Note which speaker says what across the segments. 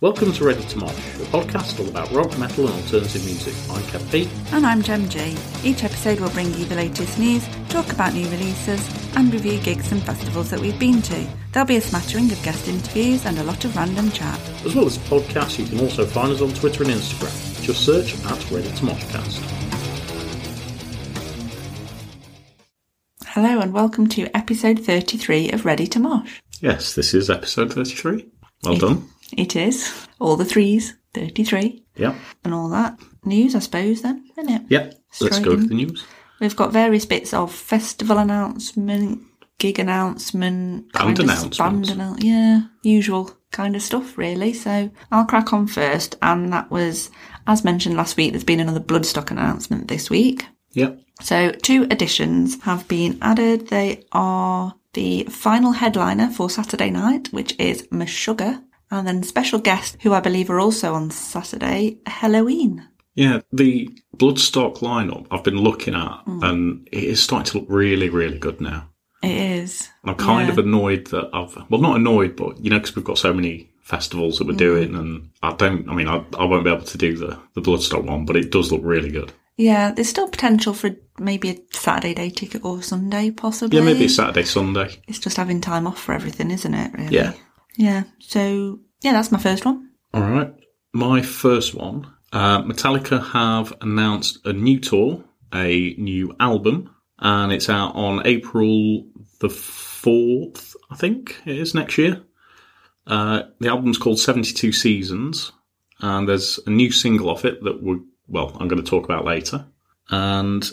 Speaker 1: Welcome to Ready to Mosh, a podcast all about rock, metal, and alternative music. I'm Kev P.
Speaker 2: And I'm Gem G. Each episode will bring you the latest news, talk about new releases, and review gigs and festivals that we've been to. There'll be a smattering of guest interviews and a lot of random chat.
Speaker 1: As well as the podcast, you can also find us on Twitter and Instagram. Just search at Ready to Moshcast.
Speaker 2: Hello, and welcome to episode 33 of Ready to Mosh.
Speaker 1: Yes, this is episode 33. Well
Speaker 2: It-
Speaker 1: done.
Speaker 2: It is. All the threes, 33,
Speaker 1: Yeah.
Speaker 2: and all that. News, I suppose, then, isn't it?
Speaker 1: Yeah. Let's
Speaker 2: Straight
Speaker 1: go with
Speaker 2: in.
Speaker 1: the news.
Speaker 2: We've got various bits of festival announcement, gig announcement,
Speaker 1: Band
Speaker 2: kind of-
Speaker 1: announcements.
Speaker 2: band annou- yeah, usual kind of stuff, really. So I'll crack on first, and that was, as mentioned last week, there's been another Bloodstock announcement this week.
Speaker 1: Yeah.
Speaker 2: So two additions have been added. They are the final headliner for Saturday night, which is Meshuggah, and then special guests who I believe are also on Saturday, Halloween.
Speaker 1: Yeah, the Bloodstock lineup I've been looking at, and it is starting to look really, really good now.
Speaker 2: It is.
Speaker 1: And I'm kind
Speaker 2: Yeah.
Speaker 1: of annoyed that I've, well, not annoyed, but, you know, because we've got so many festivals that we're doing, and I don't, I mean, I, I won't be able to do the, the Bloodstock one, but it does look really good.
Speaker 2: Yeah, there's still potential for maybe a Saturday day ticket or Sunday, possibly.
Speaker 1: Yeah, maybe Saturday, Sunday.
Speaker 2: It's just having time off for everything, isn't it? Really.
Speaker 1: Yeah.
Speaker 2: Yeah. So yeah, that's my first one.
Speaker 1: All right. My first one uh, Metallica have announced a new tour, a new album, and it's out on April the 4th, I think it is next year. Uh, the album's called 72 Seasons, and there's a new single off it that we well, I'm going to talk about later. And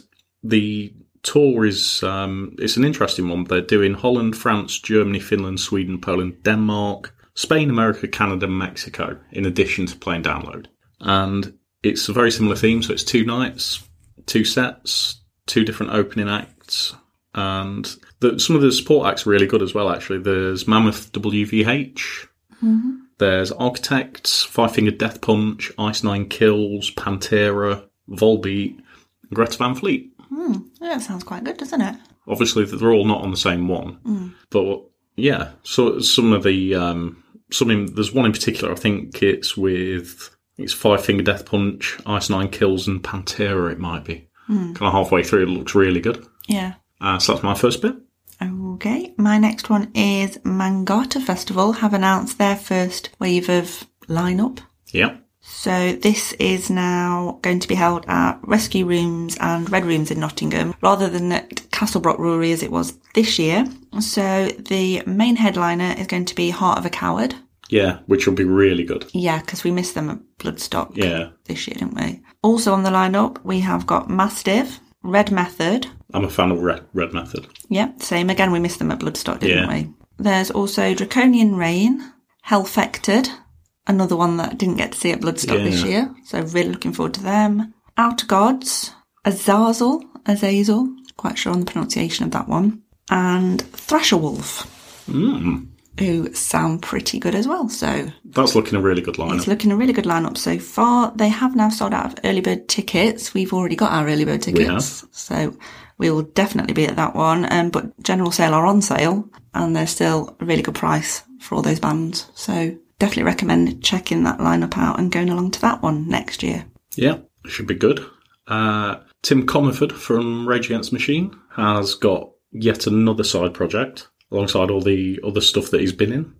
Speaker 1: the tour is um, it's an interesting one. They're doing Holland, France, Germany, Finland, Sweden, Poland, Denmark, Spain, America, Canada, and Mexico. In addition to playing Download, and it's a very similar theme. So it's two nights, two sets, two different opening acts, and the, some of the support acts are really good as well. Actually, there's Mammoth WVH, there's Architects, Five Finger Death Punch, Ice Nine Kills, Pantera, Volbeat, and Greta Van Fleet.
Speaker 2: Yeah, that sounds quite good, doesn't it?
Speaker 1: Obviously, they're all not on the same one, but yeah. So some of the um, some in, there's one in particular. I think it's with it's Five Finger Death Punch, Ice Nine Kills, and Pantera. It might be kind of halfway through. It looks really good.
Speaker 2: Yeah.
Speaker 1: Uh, so that's my first bit.
Speaker 2: Okay. My next one is Mangata Festival have announced their first wave of lineup.
Speaker 1: Yeah,
Speaker 2: So this is now going to be held at Rescue Rooms and Red Rooms in Nottingham rather than at Castlebrock Brewery as it was this year. So the main headliner is going to be Heart of a Coward.
Speaker 1: yeah, which will be really good.
Speaker 2: Yeah, because we missed them at Bloodstock
Speaker 1: Yeah,
Speaker 2: this year, didn't we? Also on the lineup, we have got Mastiff, Red Method.
Speaker 1: I'm a fan of Red, Red Method.
Speaker 2: Yep, same again, we missed them at Bloodstock, didn't
Speaker 1: Yeah.
Speaker 2: we? There's also Draconian Rain, Hellfected, another one that I didn't get to see at Bloodstock this
Speaker 1: Yeah.
Speaker 2: year. So really looking forward to them. Outer Gods, Azazel, Azazel, quite sure on the pronunciation of that one. And Thrasher Wolf,
Speaker 1: Mm,
Speaker 2: who sound pretty good as well. So
Speaker 1: that's looking a really good lineup.
Speaker 2: it's looking a really good lineup so far. They have now sold out of early bird tickets. We've already got our early bird tickets, so we will definitely be at that one. Um, but general sale are on sale, and they're still a really good price for all those bands. So definitely recommend checking that lineup out and going along to that one next year.
Speaker 1: Yeah, it should be good. Uh, Tim Comerford from Rage Against the Machine has got yet another side project alongside all the other stuff that he's been in.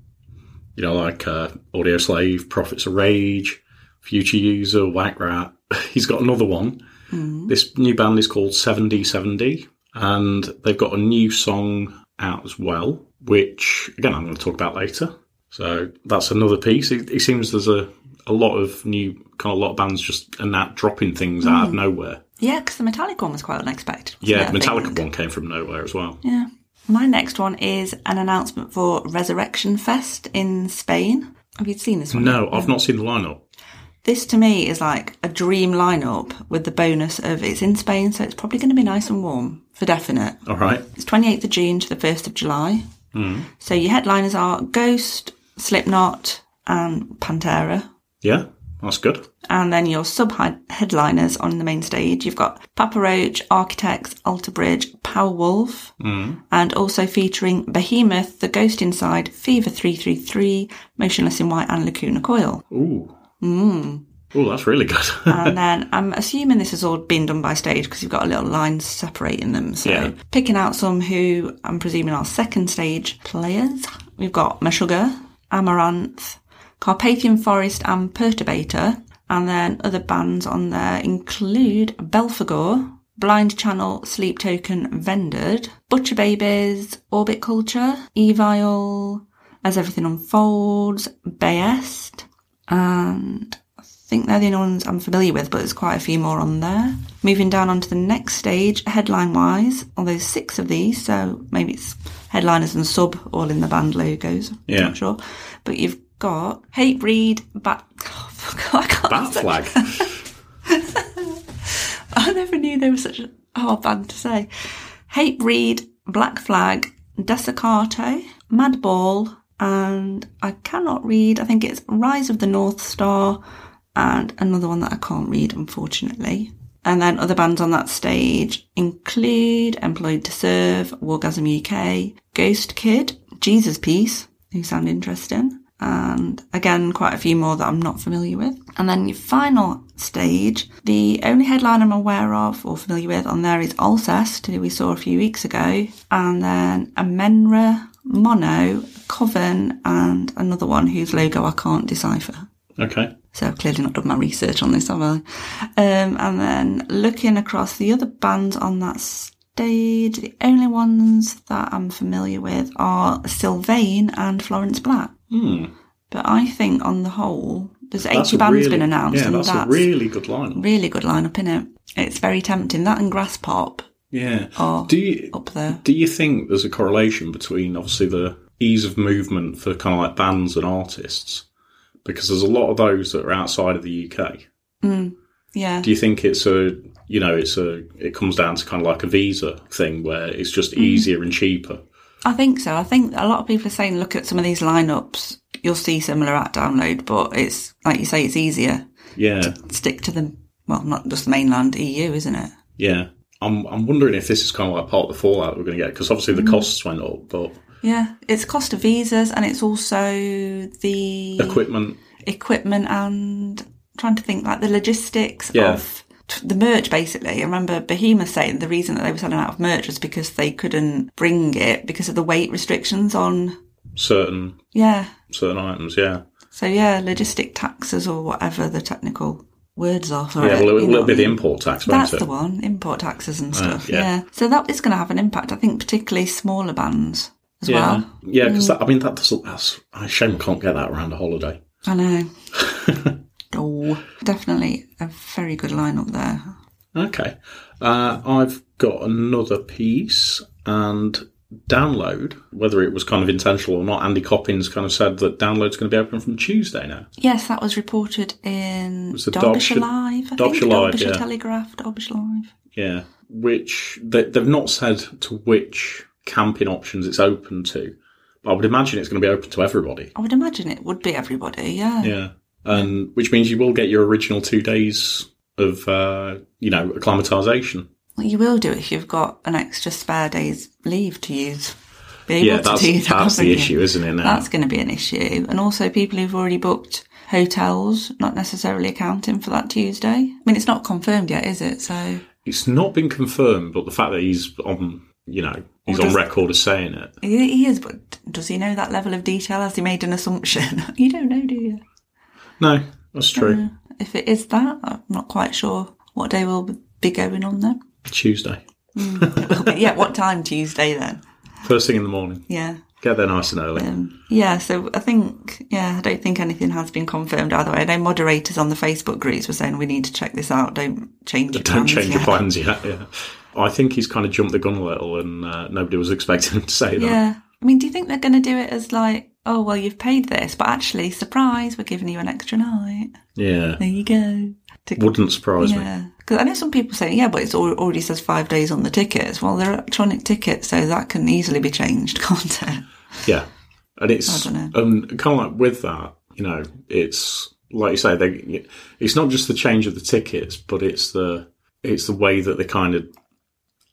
Speaker 1: You know, like uh, Audio Slave, Prophets of Rage, Future User, Whack Rat. he's got another one. This new band is called 7D7D, and they've got a new song out as well, which, again, I'm going to talk about later. So that's another piece. It, it seems there's a, a lot of new, kind of a lot of bands just and that dropping things out of nowhere.
Speaker 2: Yeah, because the Metallic one was quite unexpected. wasn't
Speaker 1: Yeah,
Speaker 2: it, Hmm. I
Speaker 1: the Metallica
Speaker 2: think?
Speaker 1: one came from nowhere as well.
Speaker 2: Yeah. My next one is an announcement for Resurrection Fest in Spain. Have you seen this one? yet?
Speaker 1: No, I've not seen the lineup.
Speaker 2: This to me is like a dream lineup with the bonus of it's in Spain, so it's probably going to be nice and warm for definite.
Speaker 1: All right.
Speaker 2: It's 28th of June to the 1st of July. Mm. So your headliners are Ghost, Slipknot, and Pantera.
Speaker 1: Yeah, that That's good.
Speaker 2: And then your sub headliners on the main stage, you've got Papa Roach, Architects, Alter Bridge, Power Wolf, and also featuring Behemoth, The Ghost Inside, Fever 333, Motionless in White, and Lacuna Coil.
Speaker 1: Ooh.
Speaker 2: Hmm.
Speaker 1: Mm. Ooh, that's really good.
Speaker 2: and then I'm assuming this has all been done by stage because you've got a little line separating them. So
Speaker 1: Yeah.
Speaker 2: picking out some who I'm presuming are second stage players. We've got Meshuggah, Amaranth, Carpathian Forest, and Perturbator. And then other bands on there include Belphegor, Blind Channel, Sleep Token, Vendered, Butcher Babies, Orbit Culture, Evil, As Everything Unfolds, Bayest, and I think they're the only ones I'm familiar with, but there's quite a few more on there. Moving down onto the next stage, headline wise, although there's six of these, so maybe it's headliners and sub all in the band logos.
Speaker 1: Yeah.
Speaker 2: I'm not sure. But you've got Hate Breed, Bat. Oh, fuck, I can't
Speaker 1: Bat
Speaker 2: say-
Speaker 1: flag.
Speaker 2: I never knew there was such a hard band to say. Hate Breed, Black Flag, Desiccato, Madball, and I cannot read. I think it's Rise of the North Star, and another one that I can't read, unfortunately. And then other bands on that stage include Employed to Serve, Wargasm UK, Ghost Kid, Jesus Piece, who sound interesting, and again, quite a few more that I'm not familiar with. And then your final stage, the only headline I'm aware of or familiar with on there is Alcest, who we saw a few weeks ago, and then Amenra, Mono, Coven, and another one whose logo I can't decipher.
Speaker 1: okay.
Speaker 2: So I've clearly not done my research on this, have I? Um, and then looking across the other bands on that stage, the only ones that I'm familiar with are Sylvain and Florence Black. But I think on the whole, there's 80
Speaker 1: Hmm. a
Speaker 2: bands
Speaker 1: really-
Speaker 2: been announced,
Speaker 1: Yeah,
Speaker 2: and
Speaker 1: that's,
Speaker 2: that's,
Speaker 1: a really good lineup.
Speaker 2: really good lineup, is it? It's very tempting. That and Grass Pop
Speaker 1: Yeah.
Speaker 2: are
Speaker 1: do you
Speaker 2: up there.
Speaker 1: do you think there's a correlation between obviously the ease of movement for kind of like bands and artists? Because there's a lot of those that are outside of the UK.
Speaker 2: Yeah.
Speaker 1: Do you think it's a you know it's a it comes down to kind of like a visa thing where it's just
Speaker 2: Mm.
Speaker 1: easier and cheaper?
Speaker 2: I think so. I think a lot of people are saying, look at some of these lineups. You'll see similar at download, but it's like you say, it's easier.
Speaker 1: Yeah,
Speaker 2: stick to the well, not just the mainland EU, isn't it?
Speaker 1: yeah. I'm I'm wondering if this is kind of like part of the fallout we're going to get because obviously
Speaker 2: Mm.
Speaker 1: the costs went up, but
Speaker 2: Yeah, it's cost of visas and it's also the
Speaker 1: equipment.
Speaker 2: equipment and trying to think like the logistics
Speaker 1: Yeah.
Speaker 2: of t- the merch. Basically, I remember Behemoth saying the reason that they were selling out of merch was because they couldn't bring it because of the weight restrictions on.
Speaker 1: certain
Speaker 2: Yeah,
Speaker 1: certain items. Yeah,
Speaker 2: so yeah, logistic taxes or whatever the technical words are for
Speaker 1: yeah.
Speaker 2: it.
Speaker 1: Well,
Speaker 2: you
Speaker 1: it
Speaker 2: know
Speaker 1: will
Speaker 2: what
Speaker 1: be
Speaker 2: I
Speaker 1: the
Speaker 2: mean?
Speaker 1: import tax, won't
Speaker 2: That's
Speaker 1: it? Uh,
Speaker 2: the one, import taxes and stuff.
Speaker 1: yeah.
Speaker 2: yeah. So that is going to have an impact, I think, particularly smaller bands as
Speaker 1: yeah,
Speaker 2: well. mm.
Speaker 1: yeah. Because I mean that doesn't. That's a shame. we Can't get that around a holiday.
Speaker 2: I know. oh, definitely a very good lineup there.
Speaker 1: Okay, uh, I've got another piece and download. Whether it was kind of intentional or not, Andy Coppins kind of said that download's going to be open from Tuesday now.
Speaker 2: Yes, that was reported in
Speaker 1: was the
Speaker 2: Derbyshire
Speaker 1: Derbyshire-
Speaker 2: Live. I think.
Speaker 1: Derbyshire Live,
Speaker 2: Derbyshire
Speaker 1: yeah.
Speaker 2: Telegraph, Derbyshire Live.
Speaker 1: Yeah, which they, they've not said to which camping options it's open to, but I would imagine it's going to be open to everybody.
Speaker 2: I would imagine it would be everybody. Yeah.
Speaker 1: Yeah, and which means you will get your original two days of uh, you know acclimatization.
Speaker 2: Well, you will do it if you've got an extra spare day's leave to use. Be able
Speaker 1: Yeah,
Speaker 2: to
Speaker 1: that's
Speaker 2: do that,
Speaker 1: that's the
Speaker 2: haven't you?
Speaker 1: issue, isn't it? Now,
Speaker 2: That's going to be an issue. And also, people who've already booked hotels, not necessarily accounting for that Tuesday. I mean, it's not confirmed yet, is it? So,
Speaker 1: it's not been confirmed, but the fact that he's on, you know, he's
Speaker 2: Or
Speaker 1: on
Speaker 2: does-
Speaker 1: record as saying it.
Speaker 2: he he is, but does he know that level of detail? Has he made an assumption? you don't know, do you?
Speaker 1: No, that's true.
Speaker 2: If it is that, I'm not quite sure what day will be going on then.
Speaker 1: Tuesday,
Speaker 2: But yeah, what time Tuesday then?
Speaker 1: first thing in the morning.
Speaker 2: Yeah.
Speaker 1: Get there nice and early.
Speaker 2: Um, yeah, so I think, yeah, I don't think anything has been confirmed either way. I know moderators on the Facebook groups were saying we need to check this out. Don't change your
Speaker 1: Don't
Speaker 2: plans
Speaker 1: change your
Speaker 2: yet."
Speaker 1: plans yet. Yeah. I think he's kind of jumped the gun a little, and uh, nobody was expecting him to say that.
Speaker 2: Yeah. I mean, do you think they're going to do it as like, oh, well, you've paid this, but actually, surprise, we're giving you an extra night.
Speaker 1: Yeah.
Speaker 2: There you go. To-
Speaker 1: wouldn't surprise me.
Speaker 2: yeah. Because I know some people say, yeah, but it's al- already says five days on the tickets. Well, they're electronic tickets, so that can easily be changed, can't it?
Speaker 1: Yeah, and it's
Speaker 2: I
Speaker 1: um, kind of like with that, you know, it's like you say, they it's not just the change of the tickets, but it's the it's the way that they kind of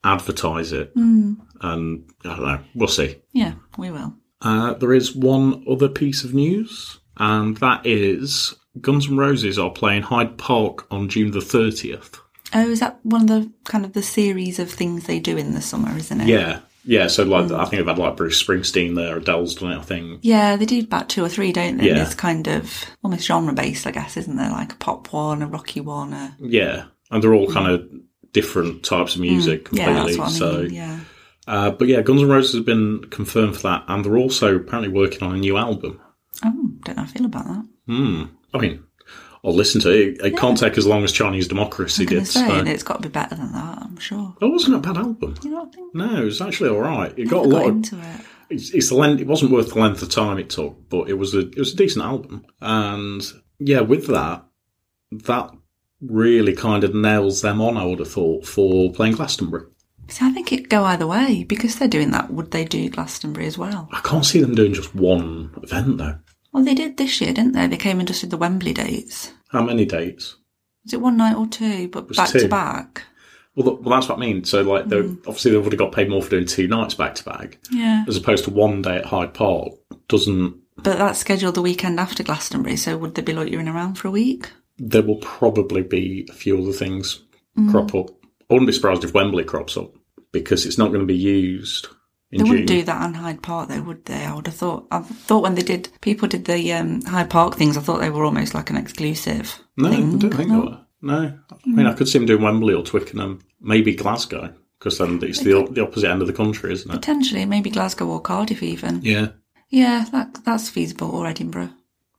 Speaker 1: advertise it.
Speaker 2: Mm.
Speaker 1: And I don't know. We'll see.
Speaker 2: Yeah, we will.
Speaker 1: Uh, there is one other piece of news, and that is Guns N' Roses are playing Hyde Park on June the thirtieth.
Speaker 2: Oh, is that one of the kind of the series of things they do in the summer, isn't it?
Speaker 1: Yeah, yeah. So like, I think they've had like Bruce Springsteen there, Adele's done it. I think.
Speaker 2: Yeah, they do about two or three, don't they? And
Speaker 1: Yeah.
Speaker 2: It's kind of almost genre based, I guess, isn't there? Like a pop one, a rocky one, a
Speaker 1: Yeah, and they're all kind of different types of music
Speaker 2: Mm. yeah,
Speaker 1: completely.
Speaker 2: that's what I mean.
Speaker 1: so,
Speaker 2: yeah,
Speaker 1: uh, but yeah, Guns N' Roses have been confirmed for that, and they're also apparently working on a new album.
Speaker 2: oh, don't know how I feel about that.
Speaker 1: Hmm. I mean, I'll listen to it. It can't take as long as Chinese Democracy
Speaker 2: Can I
Speaker 1: did.
Speaker 2: say
Speaker 1: So.
Speaker 2: and it's got to be better than that? I'm sure.
Speaker 1: That wasn't a bad album.
Speaker 2: You know what I think?
Speaker 1: No, it was actually all right. It got
Speaker 2: I
Speaker 1: a lot.
Speaker 2: got
Speaker 1: Of,
Speaker 2: into it.
Speaker 1: it's, it's the length. It wasn't worth the length of time it took, but it was a it was a decent album. And yeah, with that, that really kind of nails them on. I would have thought for playing Glastonbury.
Speaker 2: So I think it'd go either way because they're doing that. Would they do Glastonbury as well?
Speaker 1: I can't see them doing just one event though.
Speaker 2: Well, they did this year, didn't they? They came and just did the Wembley dates.
Speaker 1: How many dates?
Speaker 2: Was it one night or two, but
Speaker 1: was
Speaker 2: back
Speaker 1: two.
Speaker 2: to back?
Speaker 1: Well, th- well, that's what I mean. So, like, they're
Speaker 2: Hmm.
Speaker 1: obviously they would have got paid more for doing two nights back to back,
Speaker 2: Yeah.
Speaker 1: as opposed to one day at Hyde Park. Doesn't
Speaker 2: But that's scheduled the weekend after Glastonbury, so would they be loitering around for a week?
Speaker 1: there will probably be a few other things
Speaker 2: Hmm.
Speaker 1: crop up. I wouldn't be surprised if Wembley crops up because it's not going to be used in
Speaker 2: They
Speaker 1: June.
Speaker 2: wouldn't do that on Hyde Park, though, would they? I would have thought. I thought when they did, people did the um, Hyde Park things. I thought they were almost like an exclusive.
Speaker 1: no,
Speaker 2: thing.
Speaker 1: I don't think
Speaker 2: No.
Speaker 1: they were. No, I mean, I could see them doing Wembley or Twickenham, maybe Glasgow, because then it's the, o- the opposite end of the country, isn't it?
Speaker 2: Potentially, maybe Glasgow or Cardiff, even. Yeah,
Speaker 1: Yeah,
Speaker 2: that that's feasible, or Edinburgh.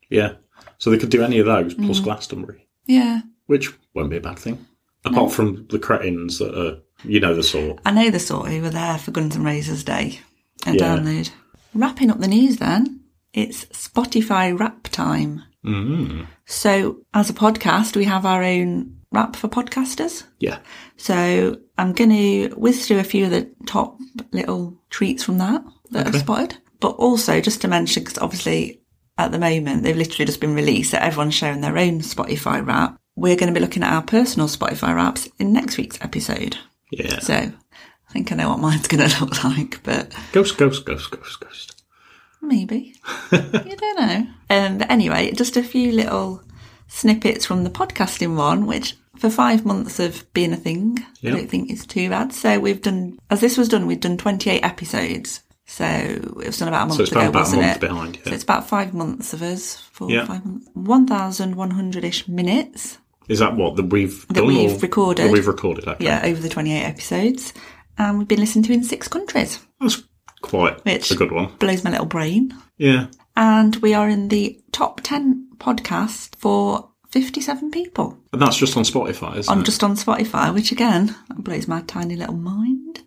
Speaker 1: yeah. So they could do any of those
Speaker 2: Hmm.
Speaker 1: plus Glastonbury,
Speaker 2: Yeah,
Speaker 1: which won't be a bad thing, apart from the cretins that are, you know, the sort.
Speaker 2: I know the sort who were there for Guns N' Roses Day and
Speaker 1: Yeah.
Speaker 2: download. Wrapping up the news, then it's Spotify Rap time.
Speaker 1: Mm.
Speaker 2: So, as a podcast, we have our own rap for podcasters.
Speaker 1: Yeah,
Speaker 2: So I'm going to whiz through a few of the top little treats from that that I've spotted. But also just to mention, because obviously at the moment they've literally just been released, so everyone's sharing their own Spotify wrap. We're going to be looking at our personal Spotify wraps in next week's episode.
Speaker 1: yeah.
Speaker 2: So I think I know what mine's going to look like, but
Speaker 1: Ghost, ghost, ghost, ghost, ghost.
Speaker 2: Maybe. you don't know. Um, but anyway, just a few little snippets from the podcasting one, which for five months of being a thing,
Speaker 1: Yep.
Speaker 2: I don't think it's too bad. So we've done, as this was done, we've done 28 episodes. So it was done about a month
Speaker 1: So it's
Speaker 2: ago,
Speaker 1: about, about a
Speaker 2: wasn't
Speaker 1: month
Speaker 2: it?
Speaker 1: behind.
Speaker 2: So
Speaker 1: Yeah.
Speaker 2: it's about five months of us for
Speaker 1: Yeah.
Speaker 2: five months. 1,100 ish minutes.
Speaker 1: Is that what that we've
Speaker 2: That
Speaker 1: done
Speaker 2: we've
Speaker 1: or-
Speaker 2: recorded.
Speaker 1: That we've recorded. Okay.
Speaker 2: Yeah, over the 28 episodes. And we've been listened to in six countries.
Speaker 1: That's quite
Speaker 2: Which-
Speaker 1: a good one.
Speaker 2: Blows my little brain.
Speaker 1: Yeah.
Speaker 2: and we are in the top 10 podcast for 57 people
Speaker 1: And that's just on Spotify, isn't
Speaker 2: on
Speaker 1: it?
Speaker 2: just on Spotify, which again blows my tiny little mind.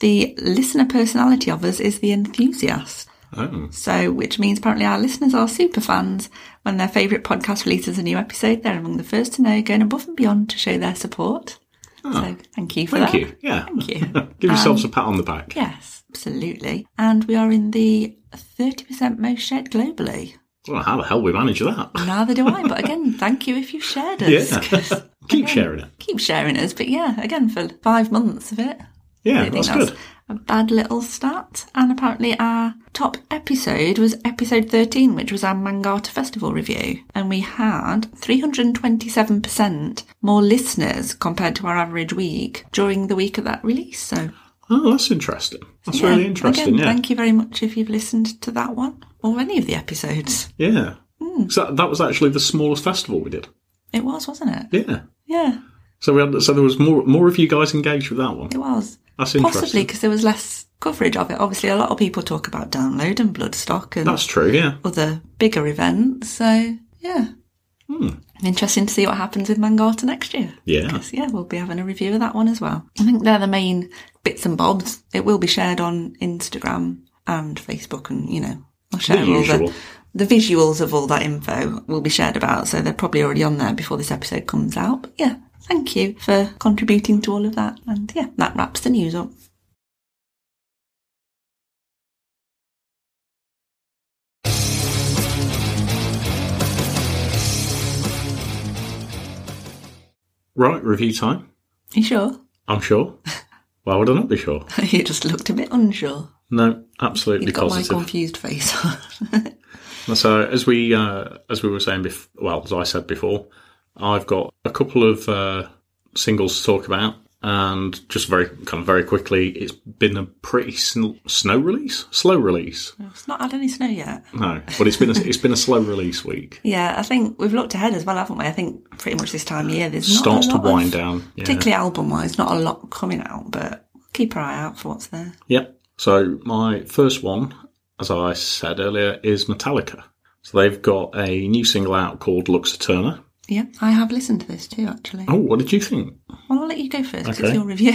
Speaker 2: The listener personality of us is the enthusiast.
Speaker 1: Oh.
Speaker 2: So, which means apparently our listeners are super fans. When their favourite podcast releases a new episode, they're among the first to know, going above and beyond to show their support. So, thank you for
Speaker 1: Ah, Thank
Speaker 2: that.
Speaker 1: you. Yeah.
Speaker 2: Thank you. Um,
Speaker 1: Give yourselves a pat on the back.
Speaker 2: yes, absolutely. And we are in the 30% most shared globally.
Speaker 1: Well, how the hell we manage that?
Speaker 2: Neither do I. But again, thank you if you shared us.
Speaker 1: Yeah.
Speaker 2: 'cause
Speaker 1: Keep sharing it.
Speaker 2: keep sharing us. But yeah, again, for five months of it. I
Speaker 1: Yeah,
Speaker 2: don't think
Speaker 1: that's good.
Speaker 2: a bad little stat. And apparently, our top episode was episode 13, which was our Mangata Festival review. And we had 327% more listeners compared to our average week during the week of that release. So,
Speaker 1: Oh, that's interesting. That's
Speaker 2: yeah,
Speaker 1: really interesting.
Speaker 2: Again,
Speaker 1: yeah.
Speaker 2: Thank you very much if you've listened to that one or any of the episodes.
Speaker 1: yeah.
Speaker 2: Mm.
Speaker 1: So that, that was actually the smallest festival we did.
Speaker 2: It was, wasn't it?
Speaker 1: Yeah.
Speaker 2: Yeah,
Speaker 1: So we had, so there was more more of you guys engaged with that one.
Speaker 2: it was.
Speaker 1: That's interesting.
Speaker 2: Possibly because there was less coverage of it. Obviously, a lot of people talk about download and Bloodstock and
Speaker 1: That's true. Yeah.
Speaker 2: other bigger events. So, yeah.
Speaker 1: Hmm.
Speaker 2: Interesting to see what happens with Mangata next year.
Speaker 1: Yeah.
Speaker 2: 'Cause, yeah, we'll be having a review of that one as well. I think they're the main bits and bobs. It will be shared on Instagram and Facebook, and, you know, I'll share all
Speaker 1: usual.
Speaker 2: the. The visuals of all that info will be shared about, so they're probably already on there before this episode comes out. But yeah, thank you for contributing to all of that. And yeah, that wraps the news up.
Speaker 1: Right, review time.
Speaker 2: You sure?
Speaker 1: I'm sure. Why would I not be sure?
Speaker 2: you just looked a bit unsure.
Speaker 1: No, absolutely
Speaker 2: You've got my
Speaker 1: positive.
Speaker 2: confused face on.
Speaker 1: So as we uh, as we were saying before, well, as I said before, I've got a couple of uh, singles to talk about, and just very kind of very quickly, it's been a pretty sn- snow release, slow release.
Speaker 2: it's not had any snow yet.
Speaker 1: No, but it's been a, it's been a slow release week.
Speaker 2: Yeah, I think we've looked ahead as well, haven't we? I think pretty much this time of year there's not
Speaker 1: Starts
Speaker 2: a
Speaker 1: to
Speaker 2: lot
Speaker 1: wind
Speaker 2: of,
Speaker 1: down. Yeah.
Speaker 2: particularly album wise, not a lot coming out, but keep our eye out for what's there.
Speaker 1: Yep. So my first one, as I said earlier, is Metallica. So they've got a new single out called Lux Eterna.
Speaker 2: Yeah, I have listened to this too, actually.
Speaker 1: Oh, what did you think?
Speaker 2: Well, I'll let you go first 'cause
Speaker 1: Okay.
Speaker 2: it's your review.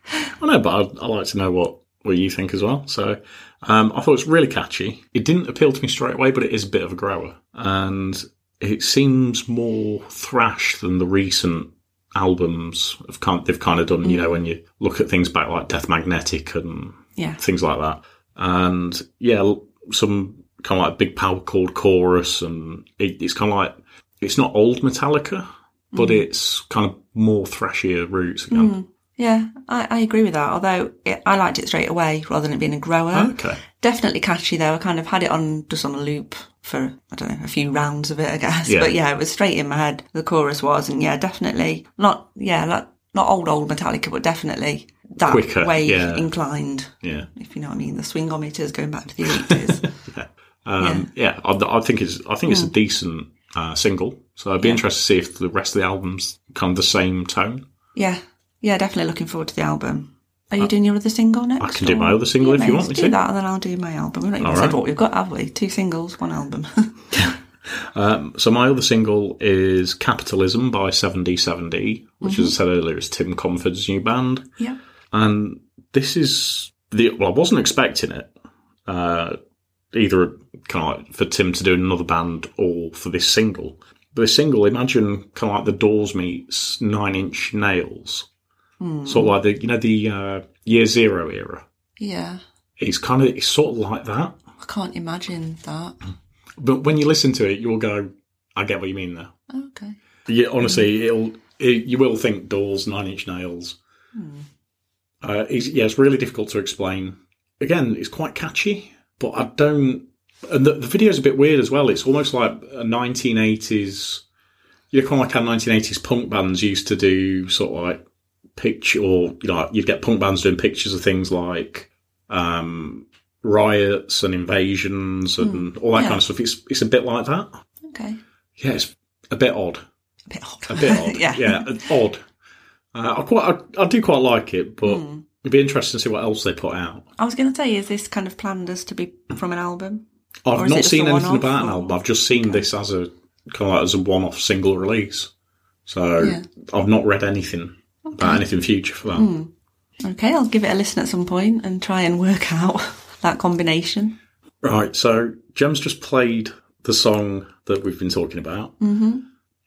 Speaker 1: I know, but I'd, I'd like to know what, what you think as well. So um, I thought it was really catchy. It didn't appeal to me straight away, but it is a bit of a grower. And it seems more thrash than the recent albums have kind they've kind of done, you know, when you look at things back like Death Magnetic and
Speaker 2: yeah,
Speaker 1: things like that. And yeah, l- some kind of like big power chord chorus, and it, it's kind of like it's not old Metallica, but it's kind of more thrashier roots again.
Speaker 2: yeah, I, I agree with that. Although it, I liked it straight away rather than it being a grower.
Speaker 1: Okay,
Speaker 2: Definitely catchy though. I kind of had it on just on a loop for I don't know a few rounds of it, I guess.
Speaker 1: Yeah.
Speaker 2: But yeah, it was straight in my head. The chorus was, and yeah, definitely not. Yeah, not not old old Metallica, but definitely that
Speaker 1: Quicker,
Speaker 2: way
Speaker 1: yeah.
Speaker 2: inclined.
Speaker 1: yeah.
Speaker 2: If you know what I mean, the swingometers going back to the eighties.
Speaker 1: Um, yeah, I, I think it's I think it's a decent uh, single. So I'd be interested to see if the rest of the album's kind of the same tone.
Speaker 2: yeah, yeah, definitely looking forward to the album. Are you doing your other single next?
Speaker 1: I can do my other single if
Speaker 2: Mate,
Speaker 1: you want me
Speaker 2: just
Speaker 1: to.
Speaker 2: do that, and then I'll do my album. We've not even
Speaker 1: All
Speaker 2: said
Speaker 1: right.
Speaker 2: what we've got, have we? Two singles, one album.
Speaker 1: So my other single is Capitalism by 7D7D, which as I said earlier is Tim Comford's new band.
Speaker 2: yeah,
Speaker 1: and this is the well, I wasn't expecting it uh, either, kind of like for Tim to do another band or for this single. But this single, imagine kind of like the Doors meets Nine Inch Nails, sort of like the you know the uh, Year Zero era.
Speaker 2: yeah.
Speaker 1: It's kind of it's sort of like that,
Speaker 2: I can't imagine that.
Speaker 1: but when you listen to it, you'll go, "I get what you mean there."
Speaker 2: Okay.
Speaker 1: Yeah, honestly, it'll it, you will think Doors, Nine Inch Nails. Uh, it's, yeah, it's really difficult to explain. Again, it's quite catchy, but I don't. And the, the video's a bit weird as well. It's almost like a 1980s, you know, kind of like how 1980s punk bands used to do sort of like picture, or you know, like you'd get punk bands doing pictures of things like um, riots and invasions and all that
Speaker 2: Yeah.
Speaker 1: kind of stuff. It's it's a bit like that.
Speaker 2: Okay.
Speaker 1: Yeah, it's a bit odd
Speaker 2: A bit odd.
Speaker 1: a bit odd.
Speaker 2: yeah.
Speaker 1: odd. Uh, I quite, I, I do quite like it, but
Speaker 2: Hmm.
Speaker 1: it'd be interesting to see what else they put out.
Speaker 2: I was going to say, is this kind of planned as to be from an album? Or
Speaker 1: I've
Speaker 2: is it
Speaker 1: not
Speaker 2: just
Speaker 1: seen
Speaker 2: a
Speaker 1: anything
Speaker 2: one-off,
Speaker 1: about an
Speaker 2: or-
Speaker 1: album. I've just seen this as a kind of like as a one-off single release. So
Speaker 2: Yeah. Hmm.
Speaker 1: I've not read anything about anything future for that.
Speaker 2: Okay, I'll give it a listen at some point and try and work out that combination.
Speaker 1: Right. So Jem's just played the song that we've been talking about. Mm-hmm.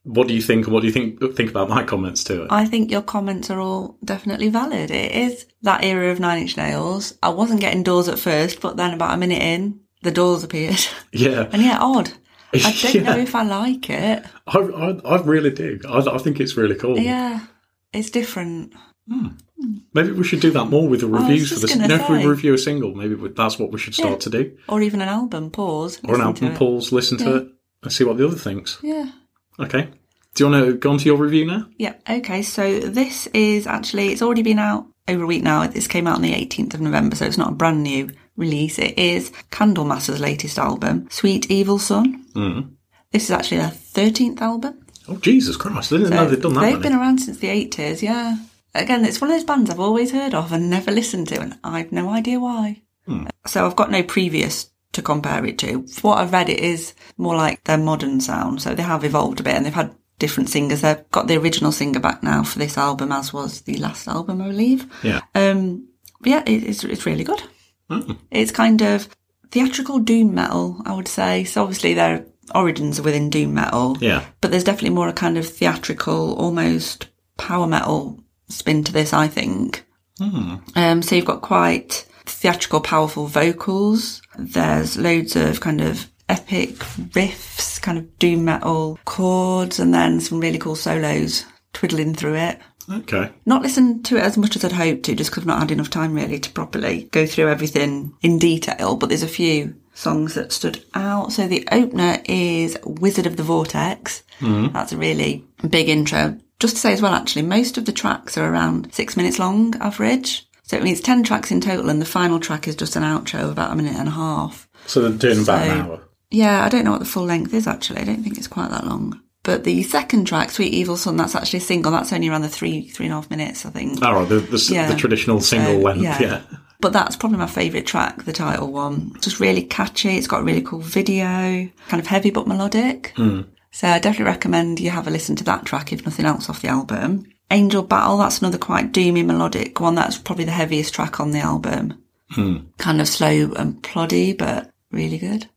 Speaker 1: What do you think? What do you think? Think about my comments to it.
Speaker 2: I think your comments are all definitely valid. It is that era of Nine Inch Nails. I wasn't getting doors at first, but then about a minute in, the doors appeared.
Speaker 1: yeah,
Speaker 2: And yeah, odd. I don't know
Speaker 1: Yeah.
Speaker 2: if I like it.
Speaker 1: I, I, I really do. I, I think it's really cool.
Speaker 2: Yeah, it's different.
Speaker 1: Maybe we should do that more with the
Speaker 2: Oh, was
Speaker 1: reviews for
Speaker 2: just
Speaker 1: this. You
Speaker 2: gonna
Speaker 1: know, if we
Speaker 2: say.
Speaker 1: review a single, maybe we- that's what we should start
Speaker 2: Yeah.
Speaker 1: to do.
Speaker 2: Or even an album, pause.
Speaker 1: Or an
Speaker 2: listen to
Speaker 1: album
Speaker 2: it.
Speaker 1: pause, listen to
Speaker 2: Yeah.
Speaker 1: it, and see what the other thinks.
Speaker 2: Yeah.
Speaker 1: Okay. Do you want to go on to your review now?
Speaker 2: Yeah. Okay. So this is actually, it's already been out over a week now. This came out on the 18th of November, so it's not a brand new release. It is Candlemass's latest album, Sweet Evil Sun. Mm. This is actually their 13th album.
Speaker 1: Oh, Jesus Christ. I didn't know they'd done that
Speaker 2: They've
Speaker 1: many.
Speaker 2: been around since the 80s, yeah. Again, it's one of those bands I've always heard of and never listened to, and I've no idea why.
Speaker 1: Hmm.
Speaker 2: So I've got no previous to compare it to. For what I've read, it is more like their modern sound. So they have evolved a bit and they've had different singers. They've got the original singer back now for this album, as was the last album, I believe.
Speaker 1: Yeah. Hmm.
Speaker 2: Um, but yeah, it, it's, it's really good. It's kind of theatrical doom metal, I would say. So obviously their origins are within doom metal
Speaker 1: Yeah.
Speaker 2: but there's definitely more a kind of theatrical, almost power metal spin to this, I think. Um, so you've got quite theatrical, powerful vocals. There's loads of kind of epic riffs, kind of doom metal chords, and then some really cool solos. twiddling through it.
Speaker 1: Okay.
Speaker 2: Not listened to it as much as I'd hoped to, just because I've not had enough time really to properly go through everything in detail. But there's a few songs that stood out. So the opener is Wizard of the Vortex. That's a really big intro. Just to say as well, actually, most of the tracks are around six minutes long average. So it means 10 tracks in total, and the final track is just an outro of about a minute and a half.
Speaker 1: So they're doing about an
Speaker 2: So-
Speaker 1: hour.
Speaker 2: Yeah, I don't know what the full length is actually. I don't think it's quite that long. But the second track, Sweet Evil Son, that's actually a single. That's only around the three, three and a half minutes, I think.
Speaker 1: All right, the, the, s
Speaker 2: Yeah.
Speaker 1: the traditional single length,
Speaker 2: yeah.
Speaker 1: yeah.
Speaker 2: But that's probably my favourite track, the title one. It's just really catchy. It's got a really cool video, kind of heavy but melodic.
Speaker 1: Hmm.
Speaker 2: So I definitely recommend you have a listen to that track, if nothing else, off the album. Angel Battle, that's another quite doomy melodic one. That's probably the heaviest track on the album.
Speaker 1: Hmm.
Speaker 2: Kind of slow and ploddy, but really good.